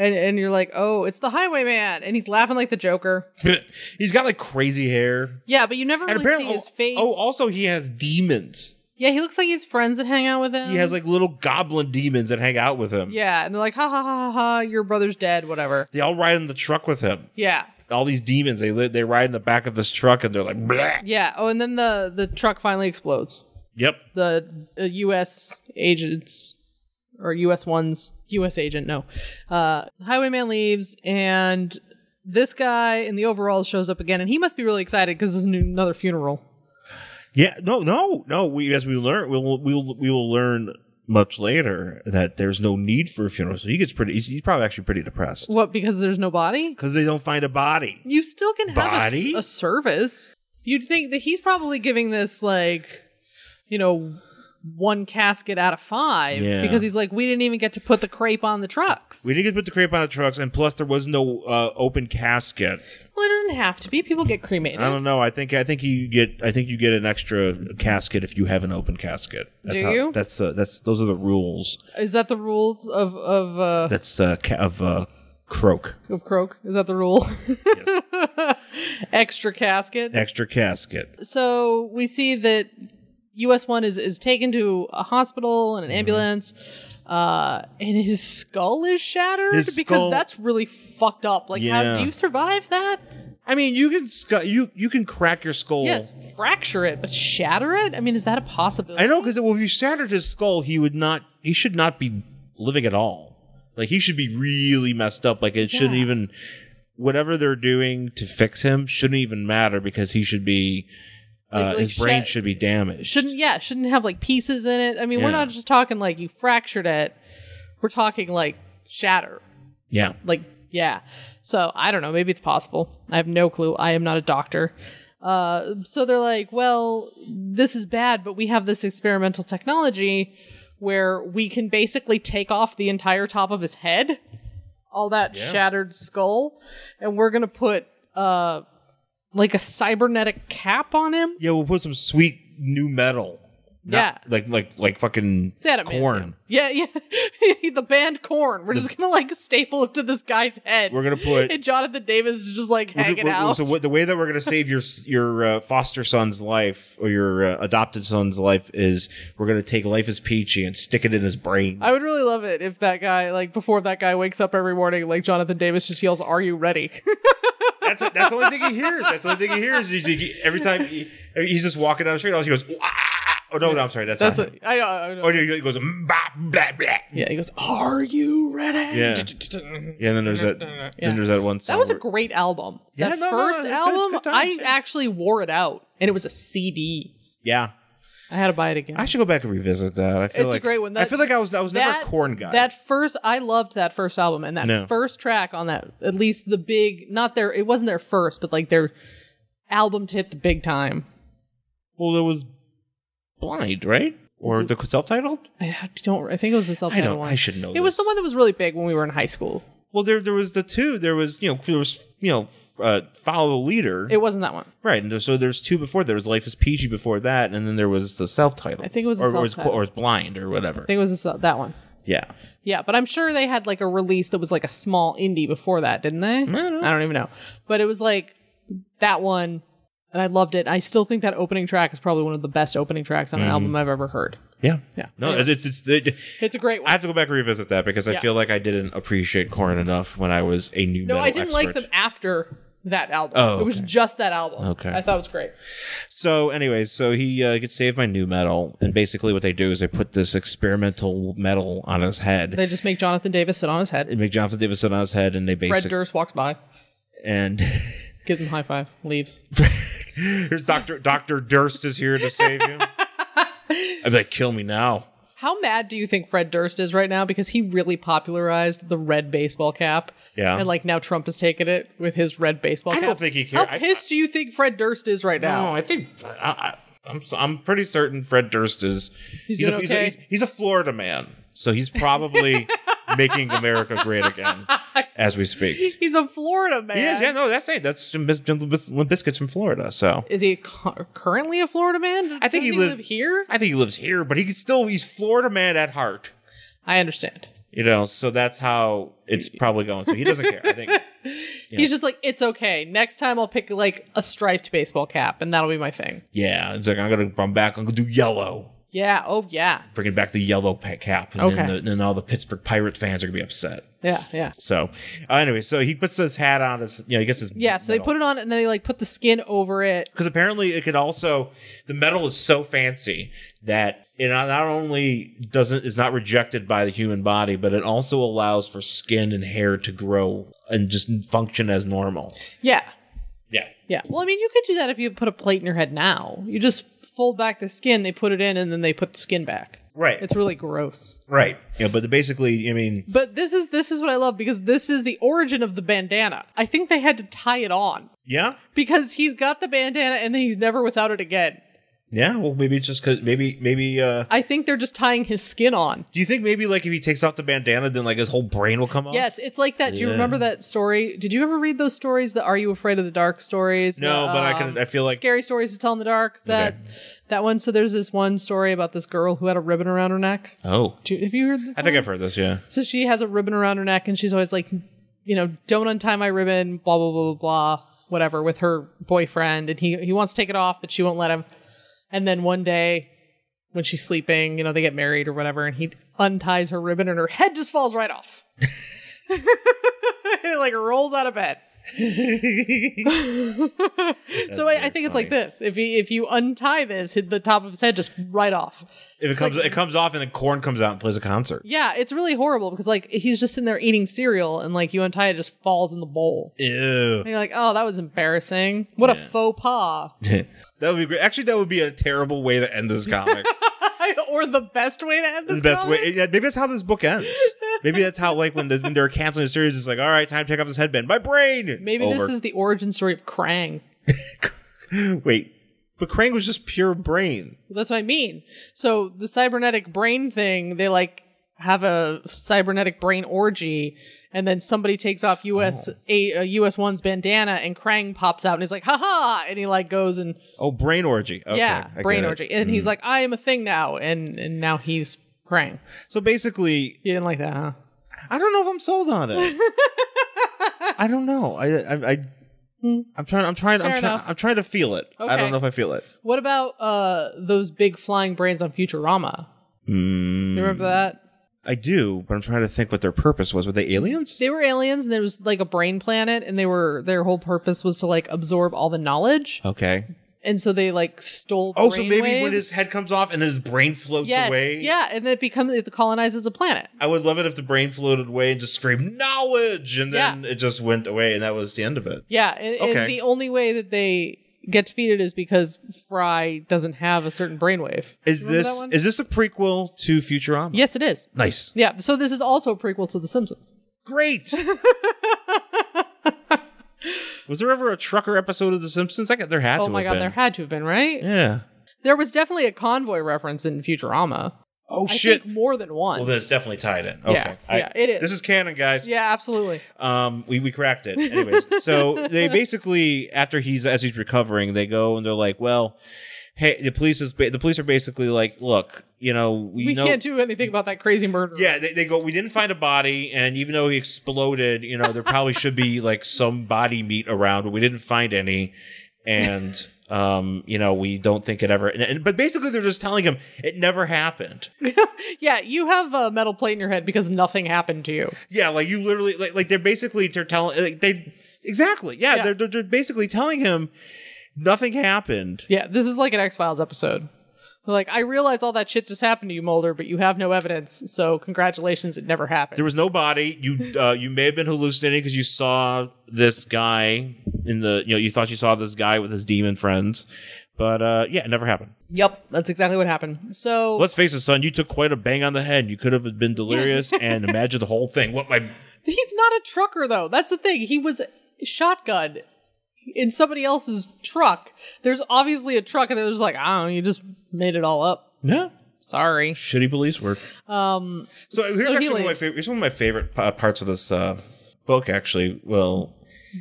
A: And, and you're like, oh, it's the highwayman, and he's laughing like the Joker.
B: he's got like crazy hair.
A: Yeah, but you never
B: And
A: really see
B: apparently,
A: his face.
B: oh, also he has demons.
A: yeah, he looks like he has friends that hang out with him.
B: He has like little goblin demons that hang out with him.
A: yeah, and they're like, ha ha ha ha ha, your brother's dead, whatever.
B: They all ride in the truck with him.
A: Yeah,
B: All these demons, they li- they ride in the back of this truck and they're like, Bleh.
A: Yeah. Oh, and then the the truck finally explodes.
B: yep.
A: The uh, U.S. agents or U.S. ones, U.S. agent. No, uh, highwayman leaves, and this guy in the overalls shows up again, and he must be really excited because there's new- another funeral.
B: Yeah, no, no, no. We as we learn, we'll we'll we will learn much later that there's no need for a funeral. So he gets pretty. He's, he's probably actually pretty depressed
A: What? Because there's no body.
B: because they don't find a body.
A: You still can have a s-
B: Body?
A: A, service. You'd think that he's probably giving this like, you know. One casket out of five
B: Yeah.
A: because he's like, we didn't even get to put the crepe on the trucks.
B: We didn't get to put the crepe on the trucks, and plus there was no uh, open casket.
A: well, it doesn't have to be. People get cremated.
B: I don't know. I think I think you get I think you get an extra casket if you have an open casket. That's
A: Do you?
B: That's uh, that's those are the rules.
A: Is that the rules of of uh,
B: That's uh, ca- of uh, croak
A: of croak? Is that the rule? Extra casket.
B: extra casket.
A: So we see that US one is is taken to a hospital and an
B: Mm-hmm.
A: ambulance. Uh, and his skull is shattered
B: His
A: because
B: skull-
A: that's really fucked up. Like, how
B: Yeah.
A: do you survive that?
B: I mean, you can sc- you you can crack your skull.
A: Yes, fracture it, but shatter it. I mean, is that a possibility?
B: I know because well, if you shattered his skull, he would not. He should not be living at all. Like he should be really messed up. Like it shouldn't
A: Yeah.
B: even. Whatever they're doing to fix him shouldn't even matter because he should be. Uh,
A: Like- like
B: his brain
A: shat-
B: should be damaged.
A: shouldn't yeah shouldn't have like pieces in it. I mean, we're
B: Yeah.
A: not just talking like you fractured it. We're talking like shatter.
B: yeah.
A: like yeah so i don't know maybe it's possible i have no clue i am not a doctor uh, so they're like well this is bad but we have this experimental technology where we can basically take off the entire top of his head all that shattered skull and we're gonna put uh like a cybernetic cap on him
B: Yeah, we'll put some sweet new metal. Not-
A: Yeah.
B: Like like like fucking
A: It's adamantium.
B: corn.
A: yeah yeah the band corn we're just gonna like staple it to this guy's head
B: We're gonna put-
A: and jonathan davis is just like
B: We're ju-
A: hanging
B: we're-
A: out
B: So what, the way that we're gonna save your your uh, foster son's life or your uh, adopted son's life is we're gonna take life is peachy and stick it in his brain.
A: I would really love it if that guy, like, before that guy wakes up every morning, like Jonathan Davis just yells, "Are you ready?"
B: That's that's the only thing he hears. That's the only thing he hears. He's, he, every time he, he's just walking down the street, all he goes. "Ooh, ah, ah, ah." Oh no, no, I'm sorry. That's,
A: That's
B: not
A: what
B: him.
A: I, I, I
B: Oh, no, he goes "Mm, bah, blah blah.
A: Yeah, he goes, "Are you ready?"
B: Yeah. Yeah, and then there's that. Then there's that one. Song
A: That was a
B: where-
A: great album.
B: Yeah,
A: that
B: no, no,
A: first
B: it's good-
A: album,
B: good
A: I
B: times, yeah.
A: actually wore it out, and it was a CD.
B: yeah.
A: I had to buy it again.
B: I should go back and revisit that. I feel
A: It's a
B: like,
A: great one.
B: I
A: That-
B: feel like I was I was never a corn guy.
A: That first, I loved that first album and that
B: No.
A: first track on that. At least the big, not their, it wasn't their first, but like their album to hit the big time.
B: Well, there was Blind, right? Or the self-titled?
A: I don't. I think it was the
B: I
A: self-titled
B: don't.
A: one.
B: I should know.
A: It was
B: this.
A: the one that was really big when we were in high school.
B: Well, there there was the two. There was you know there was you know uh, follow the leader.
A: It wasn't that one.
B: Right, and there- so there's two before. There was Life is Peachy before that, and then there was the self title.
A: I think it was the
B: or, or, it's,
A: self-titled.
B: or it's Blind or whatever.
A: I think it was the, sel- that one.
B: yeah,
A: Yeah, but I'm sure they had like a release that was like a small indie before that, didn't they? I
B: know.
A: I don't even know. But it was like that one, and I loved it. I still think that opening track is probably one of the best opening tracks on an album I've ever heard.
B: yeah,
A: Yeah.
B: Mm-hmm. No, it's it's, it's it,
A: It's a great one.
B: I have to go back and revisit that because I
A: Yeah.
B: feel like I didn't appreciate Corn enough when I was a new.
A: no,
B: metal
A: I didn't like
B: expert.
A: them after that album.
B: Oh,
A: It was
B: okay.
A: just that album.
B: Okay.
A: I thought it was great.
B: So, anyways, so he uh, gets saved by new metal, and basically what they do is they put this experimental metal on his head.
A: They just make Jonathan Davis sit on his head.
B: and make Jonathan Davis sit on his head, and they
A: Fred
B: basically
A: Durst walks by,
B: and
A: gives him a high five, leaves.
B: here's Doctor Doctor Durst is here to save you. I'd be like, kill me now.
A: How mad do you think Fred Durst is right now? Because he really popularized the red baseball cap.
B: Yeah.
A: And like now Trump has taken it with his red baseball
B: I
A: cap.
B: don't think he
A: How
B: cares. I-
A: pissed do you think Fred Durst is right now?
B: No, I think I, I, I'm. I'm pretty certain Fred Durst is. He's,
A: doing
B: a, he's,
A: okay?
B: a, he's a Florida man, so he's probably making America great again as we speak. He is.
A: He's a Florida man.
B: Yeah, no, that's it. That's Limp Biz- Limp Bizkit's from Florida, so
A: Is he cu- currently a Florida man?
B: I
A: Doesn't
B: think he
A: live
B: lived-
A: here.
B: I think he lives here, but he's still he's Florida man at heart.
A: I understand.
B: You know, so that's how it's probably going. So he doesn't care. I think.
A: He's just like, it's okay. Next time I'll pick like a striped baseball cap and that'll be my thing.
B: Yeah, it's like I'm gonna I'm back. I'm gonna do yellow.
A: Yeah. Oh, yeah.
B: Bringing back the yellow pe- cap, and then,
A: Okay.
B: the, and then all the Pittsburgh Pirate fans are gonna be upset.
A: Yeah. Yeah.
B: So, uh, anyway, so he puts his hat on. His, you know, he gets his
A: Yeah. So they put it on and they like put the skin over it.
B: because apparently it could also the metal is so fancy that it not not only doesn't is not rejected by the human body, but it also allows for skin and hair to grow and just function as normal.
A: Yeah.
B: Yeah,
A: Yeah. Well, I mean, you could do that if you put a plate in your head now. You just fold back the skin, they put it in, and then they put the skin back.
B: right,
A: It's really gross.
B: right. Yeah, but basically, I mean,
A: But this is this is what I love because this is the origin of the bandana. I think they had to tie it on
B: yeah,
A: because he's got the bandana and then he's never without it again.
B: yeah. Well, maybe it's just because maybe maybe. uh
A: I think they're just tying his skin on.
B: Do you think maybe like if he takes off the bandana, then like his whole brain will come off?
A: Yes, it's like that. Do you remember that story? Did you ever read those stories? The Are You Afraid of the Dark stories?
B: No,
A: The, um,
B: but I can- I feel like-
A: scary stories to tell in the dark. That
B: Okay.
A: that one. So there's this one story about this girl who had a ribbon around her neck.
B: Oh,
A: Do you- have you heard this?
B: I think I've heard this. Yeah.
A: So she has a ribbon around her neck and she's always like, you know, don't untie my ribbon, blah, blah, blah, blah, blah, whatever, with her boyfriend. And he, he wants to take it off, but she won't let him. And then one day when she's sleeping, you know, they get married or whatever, and he unties her ribbon and her head just falls right off. it like rolls out of bed. so I, I think it's like this: if he, if you untie this, hit the top of his head just right off.
B: If it comes, it comes off, and then corn comes out and plays a concert.
A: Yeah, it's really horrible because like he's just sitting there eating cereal and like you untie it just falls in the bowl.
B: Ew.
A: And you're like, oh, that was embarrassing. What a faux pas.
B: That would be great. Actually, that would be a terrible way to end this comic.
A: or the best way to end this.
B: the best
A: comic?
B: way. Yeah, maybe that's how this book ends. Maybe that's how, like, when, the, when they're canceling the series, it's like, all right, time to take off this headband. My brain.
A: Maybe
B: Over.
A: this is the origin story of Krang.
B: wait. But Krang was just pure brain.
A: That's what I mean. So the cybernetic brain thing, they like have a cybernetic brain orgy, and then somebody takes off
B: Oh.
A: US a, a US one's bandana, and Krang pops out, and he's like, "Ha ha!" and he like goes and
B: Oh, brain orgy. Okay,
A: yeah,
B: I get
A: brain
B: it. Mm-hmm.
A: orgy, and he's like, "I am a thing now," and and now he's Krang.
B: So basically,
A: You didn't like that, huh?
B: I don't know if I'm sold on it. I don't know. I, I, I I'm trying. I'm trying.
A: Hmm. Fair
B: I'm trying.
A: enough.
B: I'm trying to feel it. I
A: Okay.
B: don't know if I feel it.
A: What about uh those big flying brains on Futurama?
B: Mm.
A: You remember that?
B: I do, but I'm trying to think what their purpose was. Were they aliens?
A: They were aliens and there was like a brain planet and they were their whole purpose was to like absorb all the knowledge.
B: okay.
A: And so they like stole
B: Oh, so
A: brain
B: maybe when
A: waves.
B: his head comes off and his brain floats
A: yes,
B: away.
A: Yeah, and it becomes it colonizes a planet.
B: I would love it if the brain floated away and just screamed knowledge, and then it just went away, and that was the end of it.
A: Yeah, and,
B: Okay.
A: and the only way that they get defeated is because Fry doesn't have a certain brainwave.
B: Is
A: Remember that
B: this
A: one?
B: is this a prequel to Futurama?
A: Yes, it is.
B: Nice.
A: Yeah, so this is also a prequel to The Simpsons.
B: Great. Was there ever a trucker episode of The Simpsons? I got there had
A: Oh
B: to
A: my
B: have
A: god,
B: been.
A: there had to have been, right?
B: yeah.
A: There was definitely a convoy reference in Futurama.
B: Oh
A: I
B: shit.
A: think more than once.
B: Well, then it's definitely tied in. Okay.
A: Yeah,
B: I-
A: yeah, it is.
B: This is canon, guys.
A: yeah, absolutely.
B: Um, we, we cracked it. Anyways, so they basically after he's as he's recovering, they go and they're like, well, hey, the police is ba- the police are basically like, look, you know, we,
A: We
B: know.
A: can't do anything about that crazy murder.
B: yeah, they, they go. We didn't find a body, and even though he exploded, you know, there probably should be like some body meat around, but we didn't find any, and um, you know, we don't think it ever. And, and, but basically, they're just telling him it never happened.
A: Yeah, you have a metal plate in your head because nothing happened to you.
B: Yeah, like you literally like like they're basically they're telling like they exactly yeah,
A: Yeah.
B: They're, they're they're basically telling him nothing happened.
A: Yeah, this is like an X Files episode. They're Like, I realize all that shit just happened to you, Mulder, but you have no evidence, so congratulations, it never happened.
B: There was no body. You uh, you may have been hallucinating because you saw this guy in the you know you thought you saw this guy with his demon friends, but uh, yeah, it never happened.
A: yep, that's exactly what happened. So
B: Let's face it, son. You took quite a bang on the head. You could have been delirious and imagined the whole thing. What my
A: he's not a trucker, though. That's the thing. He was shotgunned in somebody else's truck. There's obviously a truck, and they're just like, I don't know, you just made it all up.
B: yeah.
A: Sorry.
B: shitty police work.
A: Um,
B: So here's
A: So he
B: actually one of, my
A: leaves.
B: favorite, here's one of my favorite pa- parts of this uh, book. Actually, well,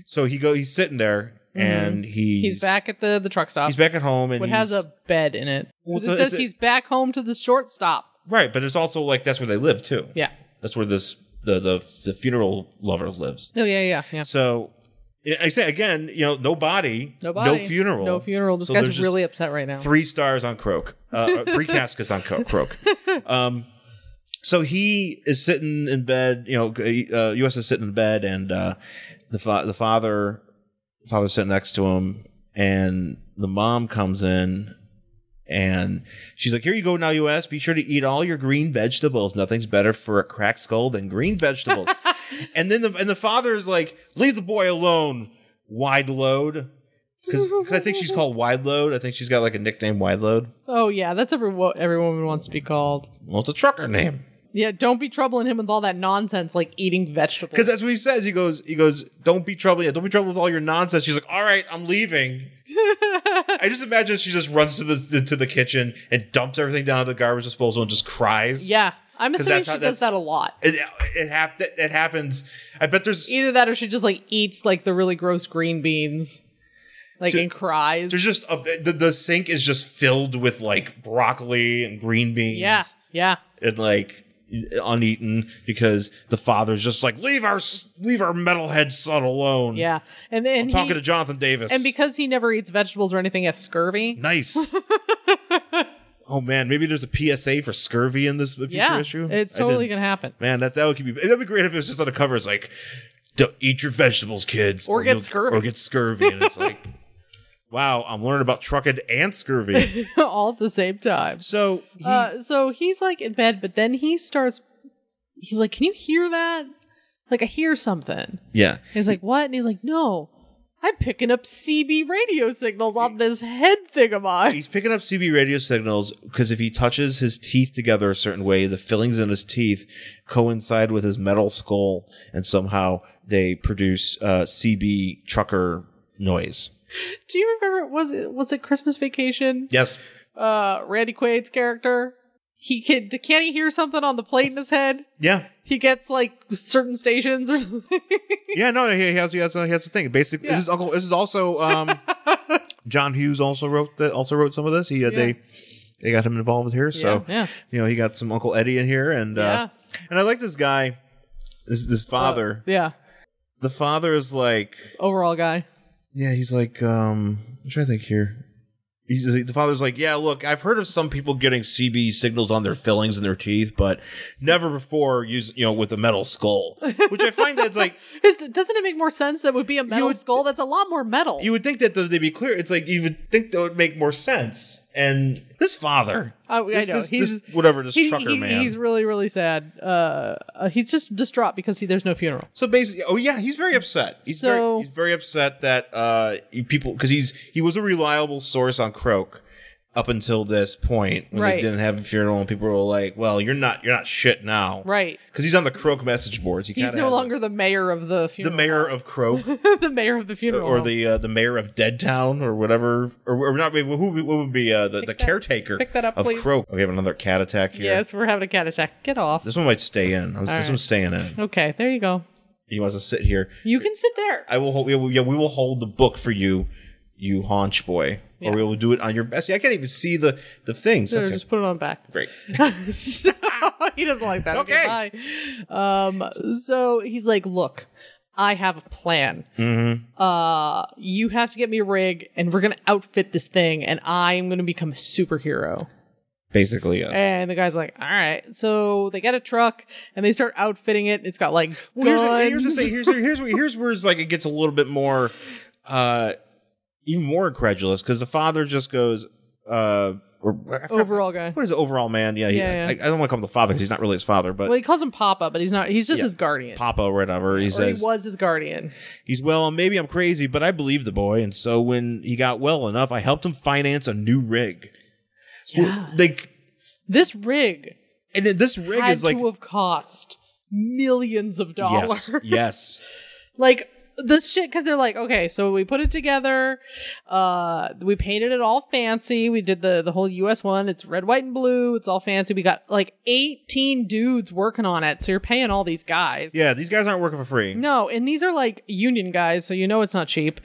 B: so he go he's sitting there and
A: Mm-hmm.
B: he's
A: he's back at the, the truck stop.
B: He's back at home and
A: What
B: he's,
A: has a bed in it? 'Cause
B: so
A: it
B: is
A: says
B: it-
A: he's back home to the shortstop.
B: right, but it's also like that's where they live too.
A: Yeah.
B: that's where this the the, the funeral lover lives.
A: Oh yeah, yeah, yeah.
B: So. I- I say again, you know, no body,
A: Nobody.
B: no funeral,
A: No funeral. This
B: So there's
A: guy's
B: just
A: really upset right now.
B: three stars on Croak, uh, uh, three caskets on Croak. Croak. Um, so he is sitting in bed. You know, g- uh, U.S. is sitting in bed, and uh, the fa- the father father's sitting next to him, and the mom comes in. And she's like, "Here you go now, U.S. Be sure to eat all your green vegetables. Nothing's better for a cracked skull than green vegetables." and then the and the father is like, "Leave the boy alone, wide load." because I think she's called Wide Load. I think she's got like a nickname, Wide Load.
A: oh yeah, that's every wo- every woman wants to be called.
B: Well, it's a trucker name
A: Yeah, don't be troubling him with all that nonsense like eating vegetables.
B: because that's what he says. He goes, he goes, don't be trouble, yeah, don't be trouble with all your nonsense. She's like, all right, I'm leaving. I just imagine she just runs to the to the kitchen and dumps everything down at the garbage disposal and just cries.
A: yeah, I'm assuming
B: that's
A: she
B: how-
A: does
B: that's-
A: that a lot.
B: It, it, hap- it, it happens. I bet there's
A: Either that, or she just like eats like the really gross green beans, like
B: Ju-
A: and cries.
B: there's just a the, the sink is just filled with like broccoli and green beans.
A: yeah, yeah.
B: and like uneaten because the father's just like leave our leave our metalhead son alone.
A: Yeah, and then
B: talking to
A: he,
B: Jonathan Davis.
A: and because he never eats vegetables or anything, he has scurvy.
B: nice. oh man, maybe there's a PSA for scurvy in this future
A: Yeah,
B: issue.
A: it's
B: I
A: totally
B: didn't-
A: gonna happen.
B: Man, that that would be that'd be great if it was just on the cover. It's like, "D- eat your vegetables, kids,
A: Or get
B: you'll-
A: scurvy."
B: or get scurvy, and it's like. Wow, I'm learning about trucking and scurvy.
A: all at the same time.
B: So he,
A: Uh, so he's like in bed, but then he starts. He's like, "Can you hear that? Like, I hear something."
B: yeah,
A: He's like, "What?" And he's like, "No, I'm picking up CB radio signals on this head thing of mine."
B: He's picking up CB radio signals because if he touches his teeth together a certain way, the fillings in his teeth coincide with his metal skull, and somehow they produce uh, CB trucker noise.
A: Do you remember? Was it was it Christmas Vacation?
B: Yes.
A: Uh, Randy Quaid's character. He can can he hear something on the plate in his head?
B: Yeah.
A: He gets like certain stations or something.
B: Yeah. No. He he has. He has. He has the thing. Basically,
A: Yeah.
B: this is uncle. This is also um, John Hughes also wrote that. Also wrote some of this. He uh, they they got him involved with here. So
A: Yeah, yeah.
B: you know he got some Uncle Eddie in here, and uh, and I like this guy. This this father.
A: Uh, yeah.
B: the father is like.
A: Overall guy.
B: Yeah, he's like, um, I'm trying to think here. He's, the father's like, yeah, look, I've heard of some people getting CB signals on their fillings and their teeth, but never before using, you know, with a metal skull. Which I find that's like,
A: Is, doesn't it make more sense that would be a metal
B: would-
A: skull? That's a lot more metal.
B: you would think that they'd be clear. It's like you would think that would make more sense. And this father,
A: Oh, I- I
B: this,
A: know.
B: this-
A: He's-
B: this- whatever this
A: He-
B: trucker
A: he-
B: man.
A: He's really, really sad. Uh, uh, he's just distraught because he, there's no funeral.
B: So basically, oh yeah, he's very upset. He's
A: So-
B: very he's very upset that uh you- people because he's he was a reliable source on Croak. up until this point when
A: Right.
B: they didn't have a funeral and people were like, "Well, you're not you're not shit now."
A: Right.
B: Cuz he's on the Croak message boards. He
A: He's
B: kinda
A: no
B: has a-
A: longer the mayor of the
B: the
A: funeral.
B: mayor of Croak
A: the mayor of the funeral.
B: or
A: home.
B: the uh, the mayor of Deadtown or whatever or, or not maybe who would- what would be uh, the, the
A: that-
B: caretaker
A: pick that up,
B: of
A: please.
B: Croak. We have another cat attack here.
A: Yes, we're having a cat attack. Get off.
B: This one might stay in. I'm, this one's staying in.
A: Okay, there you go.
B: He wants to sit here.
A: You can sit there.
B: I will hold. Yeah, we yeah, we will hold the book for you, you haunch boy, or we will do it on your best. I can't even see the the things.
A: There,
B: Okay,
A: Just put it on back.
B: great.
A: so he doesn't like that. Okay. bye. Um, so he's like, look, I have a plan.
B: Mm-hmm.
A: Uh, you have to get me a rig, and we're gonna outfit this thing, and I am gonna become a superhero.
B: Basically, yes.
A: And the guy's like, all right. So they get a truck and they start outfitting it. It's got like guns.
B: Well, here's, the, here's the thing. Here's here's where, here's where it's like it gets a little bit more, uh, even more incredulous because the father just goes, uh, or I forgot-
A: Overall guy.
B: What is it, overall man? Yeah, he-
A: Yeah, yeah.
B: I, I don't want to call him the father because he's not really his father, but
A: Well, he calls him Papa, but he's not. He's just his guardian.
B: Papa or whatever. He
A: or
B: says
A: he was his guardian.
B: He's well, maybe I'm crazy, but I believe the boy. And so when he got well enough, I helped him finance a new rig.
A: Yeah.
B: Like,
A: This rig
B: and then this rig
A: had
B: is like
A: to have cost millions of dollars.
B: yes, yes.
A: like this shit because they're like okay so we put it together uh we painted it all fancy we did the the whole us one it's red white and blue it's all fancy we got like 18 dudes working on it so you're paying all these guys
B: Yeah, these guys aren't working for free.
A: no and these are like union guys so you know it's not cheap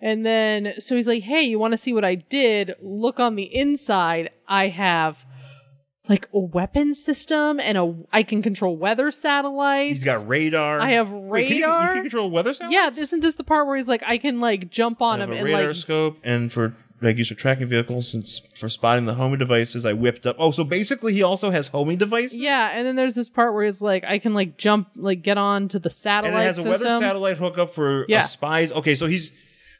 A: and then so he's like hey you want to see what i did look on the inside i have like a weapon system and a i can control weather satellites
B: He's got radar.
A: I have
B: Wait, can you- you,
A: radar.
B: can control weather sound?
A: yeah, isn't this the part where he's like, I can like jump on
B: I have
A: him
B: a
A: and
B: radar
A: like,
B: scope and for like use for tracking vehicles and s- for spotting the homing devices. I whipped up. Oh, so basically he also has homing devices.
A: yeah. And then there's this part where he's like, I can like jump, like get on to the satellite
B: And it has a weather
A: system.
B: satellite hookup for
A: Yeah.
B: uh, spies. Okay, so he's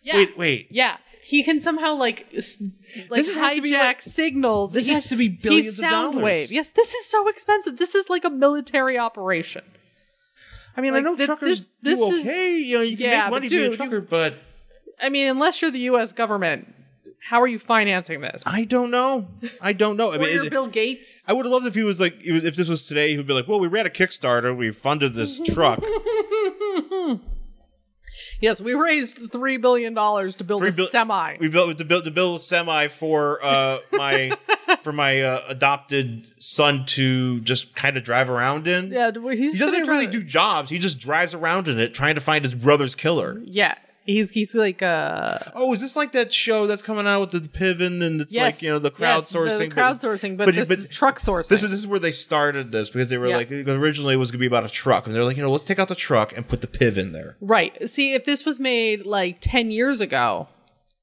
A: yeah,
B: wait, wait.
A: yeah. He can somehow like, s- like
B: This has to
A: hijack
B: be, like-
A: signals.
B: this
A: He-
B: has to be
A: he's
B: billions of
A: sound
B: dollars.
A: wave. Yes, this is so expensive. This is like a military operation.
B: I mean,
A: Like,
B: I know
A: thi-
B: truckers
A: this- this
B: do
A: is-
B: okay. you know, you can
A: Yeah, but
B: make money
A: dude,
B: being
A: you-
B: a trucker, but
A: I mean, unless you're the U.S. government, how are you financing this?
B: I don't know. I don't know. I
A: or
B: mean, is
A: you're
B: it-
A: Bill Gates?
B: I would have loved if he was like, it was- if this was today, he'd be like, "Well, we ran a Kickstarter, we funded this truck,
A: Yes, we raised three billion dollars to build
B: Three
A: a
B: bil-
A: semi.
B: we built to build to build a semi for uh, my for my uh, adopted son to just kind of drive around in."
A: yeah, he's
B: He doesn't
A: gonna try
B: really
A: to-
B: do jobs. He just drives around in it, trying to find his brother's killer.
A: Yeah, he's he's like uh
B: Oh, is this like that show that's coming out with the, Piven and it's
A: yes,
B: like you know the
A: Yeah,
B: crowdsourcing?
A: the,
B: but-
A: crowdsourcing, but, this is truck sourcing.
B: This is this is where they started this because they were
A: Yeah.
B: like originally it was gonna be about a truck and they're like you know let's take out the truck and put the piv in there.
A: right. See, if this was made like ten years ago,